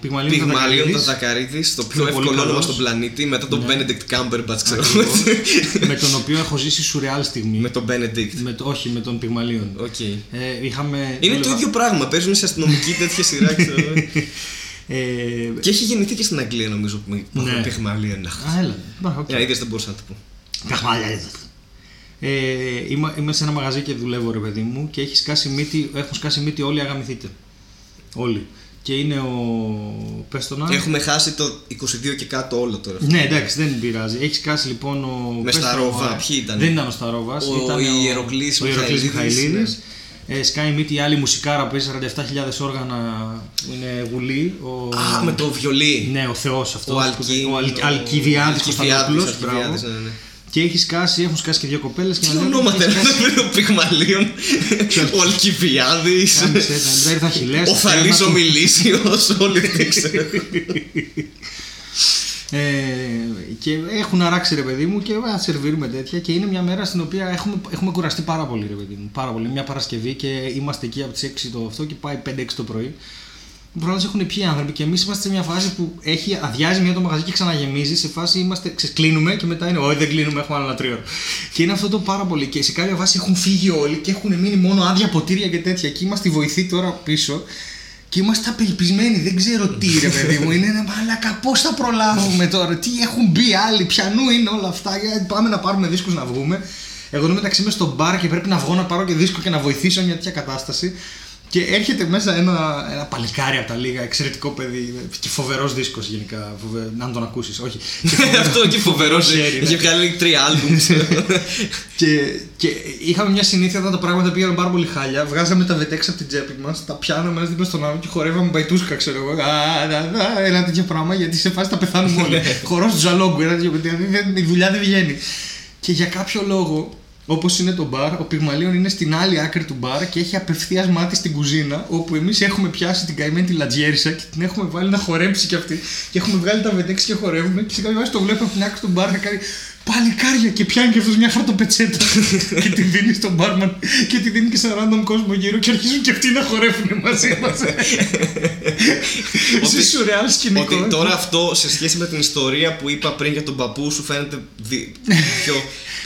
S2: Πιγμαλίων
S1: Πιγμαλίων
S2: Τατακαλίδης.
S1: Τατακαρίδη, το πιο
S2: Είναι πολύ
S1: εύκολο όνομα
S2: καλός.
S1: στον πλανήτη, μετά τον Benedict Cumberbatch, ξέρω εγώ.
S2: Ναι. Ακριβώς. με τον οποίο έχω ζήσει σουρεάλ στιγμή.
S1: Με τον Benedict.
S2: Με το- όχι, με τον Πιγμαλίον.
S1: Οκ.
S2: Ε, είχαμε.
S1: Είναι το
S2: δούλευα-
S1: ίδιο πράγμα. Παίζουν σε αστυνομική τέτοια σειρά, ξέρω εγώ.
S2: <laughs> Ε,
S1: Και έχει γεννηθεί και στην Αγγλία, νομίζω. που με- που
S2: Ναι.
S1: έχουν Πιγμαλίων. Αχ.
S2: α, έλα. Μπα, οκ.
S1: Ε, είδες, δεν μπορούσα να το πω.
S2: Ε, είμαι, είμαι σε ένα μαγαζί και δουλεύω, ρε παιδί μου, και έχει σκάσει μύτη, έχουν σκάσει μύτη όλοι αγαμηθείτε. Όλοι. Και είναι ο. Πες τον άλλο.
S1: Έχουμε χάσει το 22 και κάτω όλο τώρα.
S2: Ναι, εντάξει, δεν πειράζει. Έχει σκάσει λοιπόν ο.
S1: Με
S2: πες το,
S1: Σταρόβα,
S2: ε,
S1: ποιοι ήταν?
S2: Δεν ήταν ο Σταρόβας.
S1: Ο Ιεροκλής
S2: Ο Ιεροκλής
S1: Μιχαηλίδης,
S2: Μιχαηλίδης. Ε, σκάει μύτη η άλλη μουσικάρα που έχει 47.000 όργανα που είναι γουλή. Ο...
S1: Α, με το βιολί.
S2: Ναι, ο Θεός αυτός.
S1: Ο Αλκι-
S2: Ο Αλ-
S1: ο-
S2: Αλκιβιάδης
S1: ο
S2: Κωνσταντόπουλος,
S1: Αλκιβιάδης,
S2: μπράβο.
S1: Αλκιβιάδης, ναι, ναι.
S2: Και έχει σκάσει, έχουν σκάσει και δύο κοπέλες.
S1: Τι ονόματα είναι ο Πιγμαλίων, ο <laughs> Αλκιβιάδης,
S2: Μετά ήρθα Αχιλέα.
S1: ο Θαλής ο Μιλήσιος, όλοι δεν ξέρω.
S2: Ε, και έχουν αράξει ρε παιδί μου και α, σερβίρουμε τέτοια και είναι μια μέρα στην οποία έχουμε, έχουμε κουραστεί πάρα πολύ ρε παιδί μου. Πάρα πολύ. Μια Παρασκευή και είμαστε εκεί από τις 6 το αυτό και πάει 5-6 το πρωί. Προφανώς έχουν πιει άνθρωποι και εμείς είμαστε σε μια φάση που έχει, αδειάζει μια το μαγαζί και ξαναγεμίζει. Σε φάση είμαστε, ξεκλίνουμε και μετά είναι, Όχι, δεν κλείνουμε, έχουμε άλλο ένα τρίο. Και είναι αυτό το πάρα πολύ. Και σε κάποια βάση έχουν φύγει όλοι και έχουν μείνει μόνο άδεια ποτήρια και τέτοια. Και είμαστε οι βοηθοί τώρα πίσω. Και είμαστε απελπισμένοι, δεν ξέρω τι ρε παιδί μου. Είναι ένα μαλάκα, πώς θα προλάβουμε τώρα, τι έχουν μπει άλλοι, πιανού είναι όλα αυτά. Για, πάμε να πάρουμε δίσκους να βγούμε. Εγώ εδώ μεταξύ είμαι στο μπαρ και πρέπει να βγω να πάρω και δίσκο και να βοηθήσω μια τέτοια κατάσταση. Και έρχεται μέσα ένα, ένα παλικάρι από τα λίγα, εξαιρετικό παιδί και φοβερός δίσκος γενικά. Φοβε... Να τον ακούσεις, όχι. Και φοβερό-
S1: <laughs> Αυτό και φοβερός.
S2: Χέρι, ναι.
S1: Είχε βγάλει τρία <laughs> albums.
S2: και, και είχαμε μια συνήθεια όταν τα πράγματα πήγαιναν πάρα πολύ χάλια. Βγάζαμε τα βετέξ από την τσέπη μας, τα πιάναμε ένας δίπλα στον άλλο και χορεύαμε μπαϊτούσκα, ξέρω εγώ. Α, δα, δα, ένα τέτοιο πράγμα γιατί σε φάση τα πεθάνουμε όλοι. Χορός του Ζαλόγκου, ένα τέτοιο δηλαδή δεν- η δουλειά δεν βγαίνει. Και για κάποιο λόγο, όπως είναι το μπαρ, ο Πιγμαλίων είναι στην άλλη άκρη του μπαρ και έχει απευθείας μάτι στην κουζίνα, όπου εμείς έχουμε πιάσει την καημένη τη λατζιέρισα και την έχουμε βάλει να χορέψει κι αυτή. Και έχουμε βγάλει τα βεντέξ και χορεύουμε. Και σε κάποια βάση το βλέπω από την άκρη του μπαρ να κάνει παλικάρια και πιάνει κι αυτός μια
S1: <laughs>
S2: χαρτοπετσέτα και τη δίνει στον μπάρμαν και τη δίνει και σε random κόσμο γύρω και αρχίζουν και αυτοί να χορεύουν μαζί
S1: <laughs>
S2: μας.
S1: Ότι-
S2: Σε σουρεάλ σκηνικό.
S1: Ότι τώρα αυτό σε σχέση με την ιστορία που είπα πριν για τον παππού σου φαίνεται δι- πιο,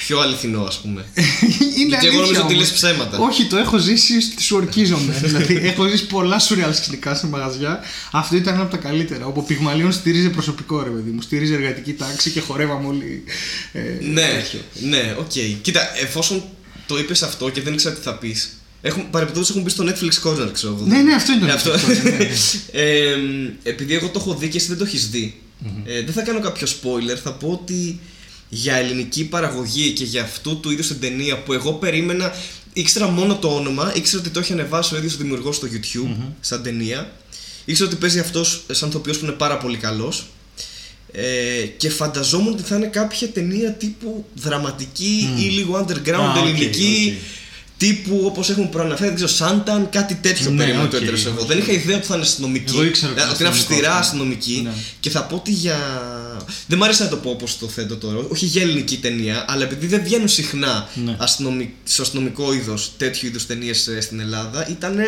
S1: πιο αληθινό, ας πούμε.
S2: <laughs>
S1: Γιατί
S2: Είναι
S1: εγώ
S2: αλήθεια.
S1: νομίζω ότι
S2: όμως.
S1: λες ψέματα.
S2: Όχι, το έχω ζήσει, στη-
S1: <laughs>
S2: σου ορκίζομαι. δηλαδή, έχω ζήσει πολλά σουρεάλ σκηνικά σε μαγαζιά. Αυτό ήταν ένα από τα καλύτερα. Όπου ο Πιγμαλίων στηρίζει προσωπικό ρε παιδί μου. Στηρίζει εργατική τάξη και χορεύαμε όλοι. ε,
S1: ναι,
S2: τέτοιο.
S1: ναι, οκ. Κοίτα, εφόσον το είπες αυτό και δεν ήξερα τι θα πεις. Έχουν, παρεμπιπτόντως έχουν μπει στο Netflix Corner, ξέρω εγώ.
S2: Ναι, ναι, αυτό είναι το
S1: Ε, αυτό.
S2: Netflix Corner, ναι.
S1: ε, <laughs> εμ, επειδή εγώ το έχω δει και εσύ δεν το έχεις δει, ε, δεν θα κάνω κάποιο spoiler. Θα πω ότι για ελληνική παραγωγή και για αυτού του είδους την ταινία που εγώ περίμενα. ήξερα μόνο το όνομα, ήξερα ότι το έχει ανεβάσει ο ίδιος ο δημιουργός στο YouTube σαν ταινία. ήξερα ότι παίζει αυτός σαν το που είναι πάρα πολύ καλός. Ε, και φανταζόμουν ότι θα είναι κάποια ταινία τύπου δραματική ή λίγο underground
S2: Α, οκ,
S1: ελληνική. Τύπου όπως έχουν προαναφέρει, δεν ξέρω, Σάνταν, κάτι τέτοιο
S2: Ναι,
S1: περίμενα
S2: οκ,
S1: το έτρεψε εγώ.
S2: οκ.
S1: Δεν είχα ιδέα ότι θα είναι αστυνομική.
S2: Εγώ ήξερα ότι
S1: Ε, ότι είναι
S2: αστυνομικό
S1: αυστηρά
S2: αυτό.
S1: αστυνομική.
S2: Ναι.
S1: Και θα πω ότι για. Δεν μ' άρεσε να το πω όπως το θέτω τώρα. Όχι για ελληνική ταινία, αλλά επειδή δεν βγαίνουν συχνά
S2: Ναι.
S1: αστυνομι- στο αστυνομικό είδος τέτοιου είδους ταινίες στην Ελλάδα, ήταν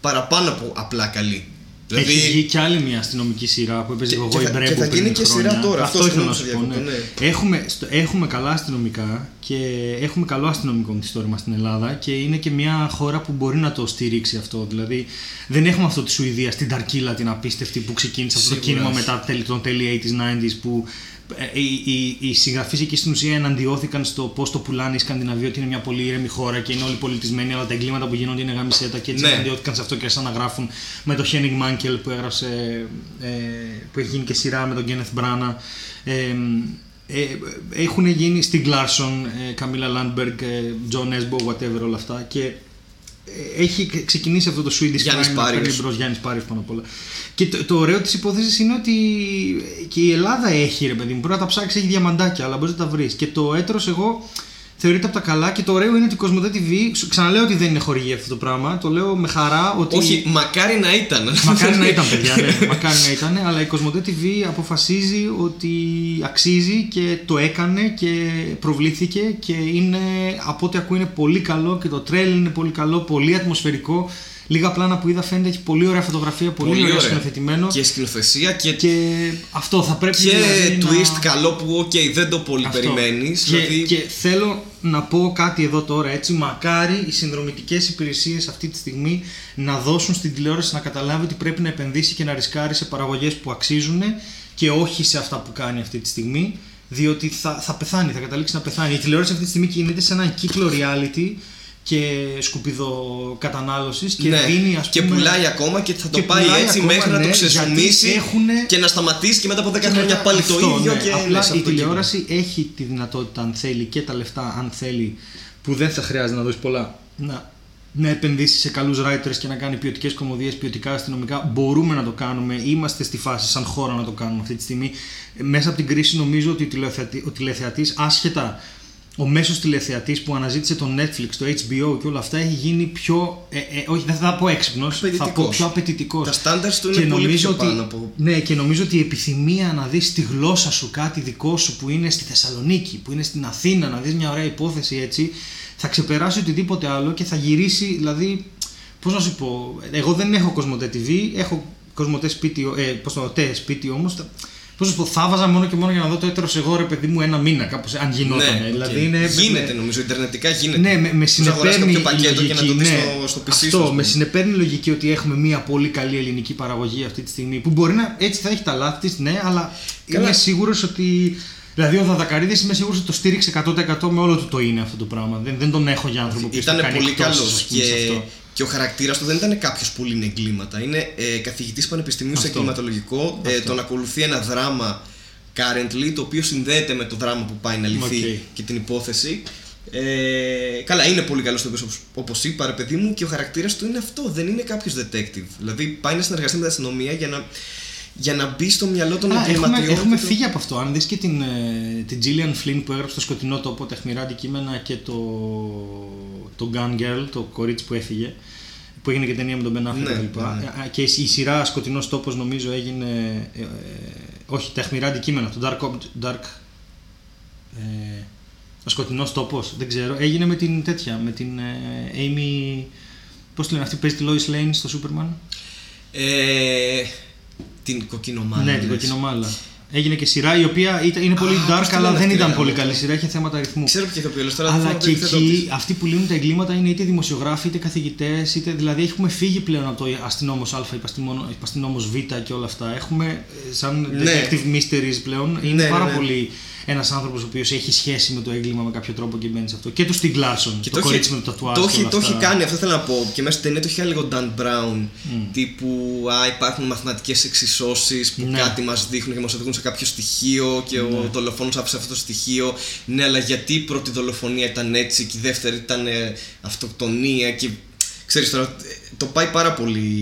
S1: παραπάνω από απλά καλή. Δηλαδή,
S2: Έχει βγει κι άλλη μια αστυνομική σειρά που έπαιζε
S1: Και-
S2: εγώ
S1: και
S2: η
S1: θα-
S2: Μπρέμπο
S1: και θα
S2: πριν
S1: γίνει και
S2: χρόνια.
S1: σειρά τώρα, αυτό
S2: Αυτός ήθελα να
S1: συγγνώμη
S2: σου
S1: που
S2: πω.
S1: διακόπτω,
S2: ναι.
S1: ναι.
S2: Έχουμε, στο- έχουμε καλά αστυνομικά και έχουμε καλό αστυνομικό μυθιστόρημα στην Ελλάδα και είναι και μια χώρα που μπορεί να το στηρίξει αυτό. Δηλαδή δεν έχουμε αυτό τη Σουηδία, την Ταρκύλα την απίστευτη που ξεκίνησε αυτό το
S1: Σίγουρας.
S2: κίνημα μετά τα τέλη- των τέλη 80s, 90s που ε, οι, οι, οι συγγραφείς εκεί στην ουσία εναντιώθηκαν στο πώς το πουλάνε η Σκανδιναβία, ότι είναι μια πολύ ήρεμη χώρα και είναι όλοι πολιτισμένοι, αλλά τα εγκλήματα που γίνονται είναι γαμισέτα και έτσι
S1: Ναι.
S2: εναντιώθηκαν Σκέφτηκαν σε αυτό και σαν να γράφουν με τον Χένιγκ Μάνκελ που έγραψε. Ε, που έχει γίνει και σειρά με τον Γκένεθ Μπράνα. Ε, ε, έχουν γίνει στην Κλάρσον, ε, Καμίλα Λάντμπεργκ, ε, Τζον Έσμπο, whatever όλα αυτά. Και ε, έχει ξεκινήσει αυτό το Swedish
S1: Γιάννης
S2: Prime να παίρνει
S1: Πάριος.
S2: μπρος Γιάννης Πάριος πάνω απ' όλα. Και το, το ωραίο της υπόθεσης είναι ότι και η Ελλάδα έχει ρε παιδί μου. Πρέπει να τα ψάξεις, έχει διαμαντάκια, αλλά μπορείς να τα βρεις. Και το έτρος εγώ θεωρείται από τα καλά και το ωραίο είναι ότι η Κοσμοτέ TV, σου- ξαναλέω ότι δεν είναι χορηγή αυτό το πράγμα, το λέω με χαρά ότι...
S1: Όχι, μακάρι να ήταν.
S2: Μακάρι να ήταν,
S1: <laughs>
S2: παιδιά, <laughs> ναι. Μακάρι να ήταν, αλλά η Κοσμοτέ TV αποφασίζει ότι αξίζει και το έκανε και προβλήθηκε και είναι, από ό,τι ακούω, είναι πολύ καλό και το τρέλ είναι πολύ καλό, πολύ ατμοσφαιρικό. Λίγα πλάνα που είδα φαίνεται έχει πολύ ωραία φωτογραφία, πολύ, ωραία σκηνοθετημένο. Και...
S1: Και σκηνοθεσία και, και,
S2: αυτό θα πρέπει δηλαδή να-
S1: twist καλό που, οκ, δεν το πολύ δηλαδή,
S2: αυτό.
S1: περιμένεις.
S2: Και, και θέλω να πω κάτι εδώ τώρα έτσι. Μακάρι οι συνδρομητικές υπηρεσίες αυτή τη στιγμή να δώσουν στην τηλεόραση να καταλάβει ότι πρέπει να επενδύσει και να ρισκάρει σε παραγωγές που αξίζουν και όχι σε αυτά που κάνει αυτή τη στιγμή. Διότι θα, θα πεθάνει, θα καταλήξει να πεθάνει. Η τηλεόραση αυτή τη στιγμή κινείται σε έναν κύκλο reality και σκουπιδοκατανάλωση και
S1: ναι,
S2: δίνει, ας
S1: και
S2: πούμε.
S1: πουλάει ακόμα και θα το
S2: και
S1: πάει
S2: πουλάει
S1: έτσι
S2: ακόμα,
S1: μέχρι να το
S2: ναι,
S1: ξεσουμίσει
S2: γιατί έχουνε-
S1: και να σταματήσει και μετά από 10 χρόνια
S2: μετά
S1: πάλι το
S2: αυτό,
S1: ίδιο.
S2: ναι.
S1: Και ναι, σε
S2: Απλά
S1: αυτό
S2: η
S1: το κύκλο.
S2: τηλεόραση έχει τη δυνατότητα, αν θέλει, και τα λεφτά, αν θέλει, που δεν θα χρειάζεται να δώσεις πολλά, να, να επενδύσεις σε καλούς writers και να κάνει ποιοτικές κομμωδίες, ποιοτικά αστυνομικά. Μπορούμε να το κάνουμε. Είμαστε στη φάση, σαν χώρα, να το κάνουμε αυτή τη στιγμή. Ε, Μέσα από την κρίση, νομίζω ότι ο τηλεθεατή, ο τηλεθεατής, άσχετα ο μέσος τηλεθεατής που αναζήτησε το Netflix, το HBO και όλα αυτά έχει γίνει πιο, ε, ε, όχι δεν θα πω έξυπνος, θα πω
S1: Απαιτητικός.
S2: πιο απαιτητικός.
S1: Τα standards του
S2: Και
S1: είναι πολύ
S2: νομίζω
S1: πιο
S2: ότι-
S1: πάνω από
S2: ναι, και νομίζω ότι η επιθυμία να δεις τη γλώσσα σου κάτι δικό σου που είναι στη Θεσσαλονίκη, που είναι στην Αθήνα, να δεις μια ωραία υπόθεση έτσι, θα ξεπεράσει οτιδήποτε άλλο και θα γυρίσει, δηλαδή, πώς να σου πω, εγώ δεν έχω Κοσμοτέ TV, έχω Κοσμοτέ σπίτι, ε, πώς το, τε σπίτι όμως, τα- πώς να σου πω, θα βάζα μόνο και μόνο για να δω το έτερος εγώ ρε παιδί μου ένα μήνα κάπως, αν γινόταν,
S1: Ναι,
S2: δηλαδή
S1: οκ.
S2: είναι...
S1: Γίνεται νομίζω, Ιντερνετικά γίνεται.
S2: Ναι, με, με
S1: Μπορείς να αγοράσεις
S2: συνεπέρνει
S1: κάποιο
S2: η
S1: πακέτο
S2: λογική.
S1: και να το δεις
S2: ναι.
S1: στο, στο PC σου, ας
S2: Αυτό, με
S1: πούμε.
S2: συνεπέρνει η λογική ότι έχουμε μια πολύ καλή ελληνική παραγωγή αυτή τη στιγμή που μπορεί να έτσι θα έχει τα λάθη της, ναι, αλλά
S1: Καλά.
S2: είμαι σίγουρος ότι. Δηλαδή ο Δαδακαρίδης είμαι σίγουρος ότι το στήριξε 100% με όλο του το είναι αυτό το πράγμα. Δεν, δεν τον έχω για άνθρωπο που
S1: Ήταν πολύ καλό. Και Και ο χαρακτήρας του δεν ήταν κάποιος που λύνει εγκλήματα. Είναι ε, καθηγητής πανεπιστημίου σε
S2: Αυτό.
S1: εγκληματολογικό. Ε,
S2: Αυτό.
S1: τον ακολουθεί ένα δράμα currently, το οποίο συνδέεται με το δράμα που πάει να λυθεί
S2: Οκ.
S1: και την υπόθεση. Ε, καλά, είναι πολύ καλός στο όπω είπα, ρε παιδί μου, και ο χαρακτήρας του είναι αυτό. Δεν είναι κάποιος detective. Δηλαδή πάει να συνεργαστεί με την αστυνομία για να, για να μπει στο μυαλό των
S2: Α, έχουμε,
S1: εγκληματιών.
S2: έχουμε
S1: και το-
S2: φύγει από αυτό. Αν δεις και την, ε, την Gillian Flynn που έγραψε το σκοτεινό τόπο, τεχμηρά αντικείμενα και το, το Gun Girl, το κορίτσι που έφυγε, που έγινε και ταινία με τον Ben Affleck
S1: Ναι,
S2: και λοιπά.
S1: ναι.
S2: Ε, α, Και η σειρά σκοτεινός τόπος νομίζω έγινε. ε, ε, όχι, τεχμηρά αντικείμενα, το Dark Ob- Dark. Ε, ο σκοτεινός τόπος, δεν ξέρω. Έγινε με την τέτοια, με την ε, Amy. Πώς τη λένε αυτή που παίζει τη Lois Lane στο Superman.
S1: Ε, την κοκκινομάνα.
S2: Ναι, την
S1: λες.
S2: κοκκινομάλα. Έγινε και σειρά η οποία ήταν, είναι πολύ
S1: Α, πώς
S2: dark,
S1: τη
S2: αλλά
S1: λένε
S2: δεν
S1: αυτή,
S2: ήταν
S1: ρε,
S2: πολύ
S1: γαμώτο.
S2: καλή σειρά, είχε θέματα αριθμού.
S1: Ξέρω ποια ηθοποιό, αλλά τώρα δεν
S2: Αλλά
S1: θυμάμαι
S2: και
S1: το επιθέτω της.
S2: εκεί αυτοί που λύνουν τα εγκλήματα είναι είτε δημοσιογράφοι, είτε καθηγητές, είτε. Δηλαδή έχουμε φύγει πλέον από το αστυνόμος Α, αστυνόμο Β και όλα αυτά. Έχουμε ε, σαν
S1: Ναι.
S2: detective mysteries πλέον. Είναι
S1: Ναι,
S2: πάρα
S1: ναι, ναι.
S2: πολύ ένας άνθρωπος ο οποίος έχει σχέση με το έγκλημα με κάποιο τρόπο και μπαίνει σε αυτό. Και του Stig Larsson, το,
S1: έχει-
S2: κορίτσι με το τατουάζ.
S1: Το
S2: και
S1: έχει,
S2: όλα
S1: το έχει
S2: αυτά.
S1: κάνει, αυτό θέλω να πω. Και μέσα στην ταινία το έχει κάνει λίγο Dan Brown.
S2: Mm.
S1: Τύπου Α, υπάρχουν μαθηματικές εξισώσεις που
S2: Ναι.
S1: κάτι μας δείχνουν και μας οδηγούν σε κάποιο στοιχείο και ο δολοφόνος άφησε αυτό το στοιχείο. Ναι, αλλά γιατί η πρώτη δολοφονία ήταν έτσι και η δεύτερη ήταν ε, αυτοκτονία και. Ξέρεις τώρα, ε, το πάει πάρα πολύ,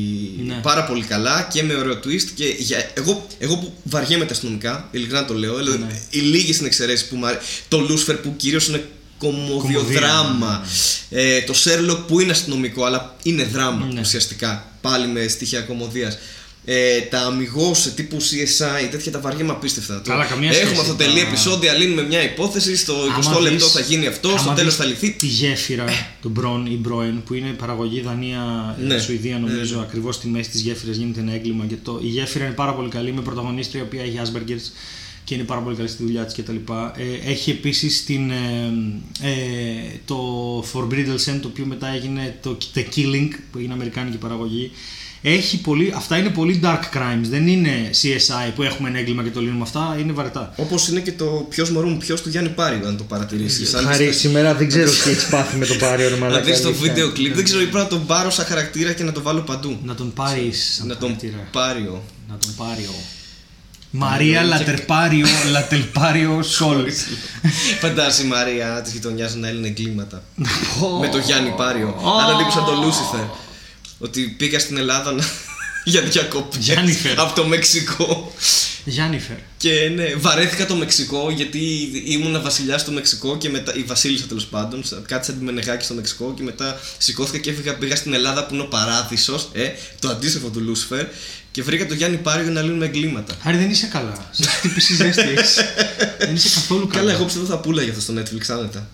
S2: Ναι.
S1: πάρα πολύ καλά και με ωραίο twist και για, εγώ, εγώ που βαριέμαι τα αστυνομικά, ειλικρινά το λέω, δηλαδή,
S2: Ναι.
S1: οι λίγες είναι εξαιρέσεις που μου αρέ- Το Λούσφερ που κυρίως είναι κομμωδία κομμωδιοδράμα. Ε, το Sherlock που είναι αστυνομικό, αλλά είναι δράμα
S2: Ναι.
S1: ουσιαστικά. Πάλι με στοιχεία κομμωδίας. Ε, τα αμυγός τύπου CSI, τέτοια τα βαριέμαι απίστευτα.
S2: Καλά, καμία
S1: Έχουμε
S2: σχέση.
S1: αυτό τελεί
S2: Τα-
S1: επεισόδια, λύνουμε μια υπόθεση, στο 20
S2: Άμα
S1: λεπτό
S2: δεις-
S1: θα γίνει αυτό,
S2: άμα
S1: στο τέλος
S2: δεις
S1: θα λυθεί.
S2: Τη γέφυρα του Μπρον ή Μπρόεν που είναι παραγωγή Δανία, ε,
S1: Ναι.
S2: Σουηδία νομίζω, ακριβώς στη μέση της γέφυρας γίνεται ένα έγκλημα. Και το, η γέφυρα είναι πάρα πολύ καλή με πρωταγωνίστρια η οποία έχει Asperger's και είναι πάρα πολύ καλή στη δουλειά της κτλ. Ε, έχει επίσης την, ε, ε, το For Bridelsen το οποίο μετά έγινε το The Killing που είναι αμερικάνικη παραγωγή. Έχει πολύ, αυτά είναι πολύ dark crimes, δεν είναι CSI που έχουμε ένα έγκλημα και το λύνουμε αυτά, είναι βαρετά.
S1: Όπως είναι και το ποιος μωρούν ποιος του Γιάννη Πάριου, αν το παρατηρήσεις.
S2: Ε,
S3: Χάρη, σήμερα δεν ξέρω τι έχεις πάθει με τον
S1: <laughs>
S3: Πάριο, ρε
S1: Αν
S3: μαλάκα.
S1: δεις το
S3: αλήθεια.
S1: βίντεο κλιπ, δεν ξέρω, πρέπει να τον πάρω σαν χαρακτήρα και να τον βάλω παντού.
S2: Να τον πάρεις σαν
S1: Να τον
S2: χαρακτήρα.
S1: πάριο.
S2: Να τον πάρει ο. Μαρία <laughs> Λατερπάριο, Λατελπάριο Σόλ.
S1: Φαντάζει η Μαρία της γειτονιάς να έλυνε εγκλήματα. με το Γιάννη Πάριο. Αλλά τύπου σαν το Λούσιφερ. Ότι πήγα στην Ελλάδα να... <laughs> για διακοπές
S2: Γιάννηφερ.
S1: από το Μεξικό.
S2: Γιάννηφερ.
S1: Και ναι, βαρέθηκα το Μεξικό γιατί ήμουν βασιλιά στο Μεξικό και μετά. η βασίλισσα τέλος πάντων. σα- Κάτσε με νεγάκι στο Μεξικό και μετά σηκώθηκα και έφυγα, πήγα στην Ελλάδα που είναι ο παράδεισος. Ε, το αντίστοιχο του Λούσιφερ. Και βρήκα το Γιάννη Πάριο για να λύνουμε εγκλήματα.
S2: Χάρη δεν είσαι καλά. Σε χτύπησε η ζέστη. έχεις. Δεν είσαι καθόλου καλά.
S1: Καλά, εγώ πιστεύω θα πουλάγε αυτό στο Netflix άνετα.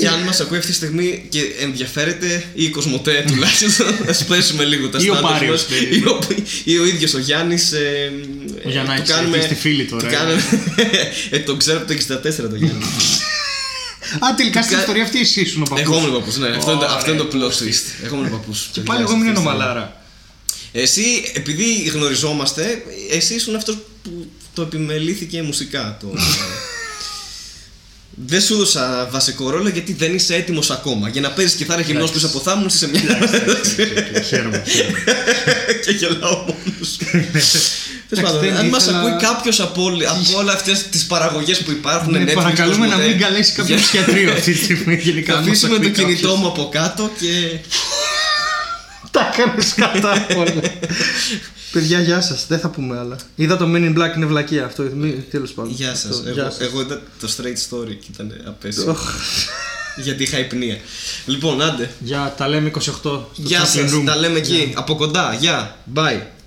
S1: και αν μας ακούει αυτή τη στιγμή και ενδιαφέρεται ή η Κοσμοτέ τουλάχιστον, να πέσουμε λίγο τα
S2: Ή ο
S1: στάνταρ
S2: Πάριος,
S1: μας.
S2: παιδί.
S1: Ή ο, ή ο ίδιος ο Γιάννης. ε, ε,
S2: Γιαννάκης,
S1: του
S2: εκεί στη φίλη τώρα,
S1: του
S2: ε.
S1: κάνουμε- <laughs> ε, τον ξέρω από το 64 το Γιάννη.
S2: Α, τελικά στην
S1: Κα-
S2: ιστορία αυτή εσύ ήσουν ο παππούς.
S1: Εγώ ήμουν ο παππούς, ναι. Αυτό, είναι, το-
S2: Ωραία,
S1: αυτό είναι το plot twist. Εγώ ήμουν ο παππούς.
S2: Και πάλι εγώ ήμουν
S1: ναι.
S2: νομαλάρα.
S1: Εσύ, επειδή γνωριζόμαστε, εσύ ήσουν αυτός που το επιμελήθηκε μουσικά.
S2: <laughs>
S1: Το... δεν σου έδωσα βασικό ρόλο γιατί δεν είσαι έτοιμος ακόμα. Για να παίζεις κιθάρα γυμνός πίσω από θάμνους είσαι μια...
S2: Χαίρομαι. χαίρομαι.
S1: <laughs> και γελάω μόνος. Τέλος πάντων,
S2: δεν
S1: αν μας
S2: ήθελα-
S1: ακούει κάποιος από, όλη- από όλα αυτές τις παραγωγές που υπάρχουν...
S2: Ναι,
S1: Netflix,
S2: παρακαλούμε να
S1: Cosmote,
S2: μην καλέσει κάποιος
S1: για-
S2: ψυχιατρίο αυτή τη
S1: <laughs>
S2: στιγμή. Γενικά,
S1: Θα
S2: άμα
S1: αφήσουμε
S2: μας
S1: το
S2: ακούει κάποιος.
S1: κινητό μου από κάτω και...
S2: Τα έκανες κατά όλα. Παιδιά, γεια σας. Δεν θα πούμε άλλα. Είδα το Men in Black είναι βλακεία αυτό. Τέλος πάντων.
S1: Γεια σας.
S2: Αυτό,
S1: Εγώ,
S2: γεια σας.
S1: εγώ είδα το straight story και ήταν απέσιο. Γιατί είχα υπνία. Λοιπόν, άντε.
S2: Γεια, τα λέμε 28 στο
S1: Γεια
S2: Chaplin
S1: σας,
S2: Room.
S1: τα λέμε εκεί. Από κοντά. Γεια. Bye.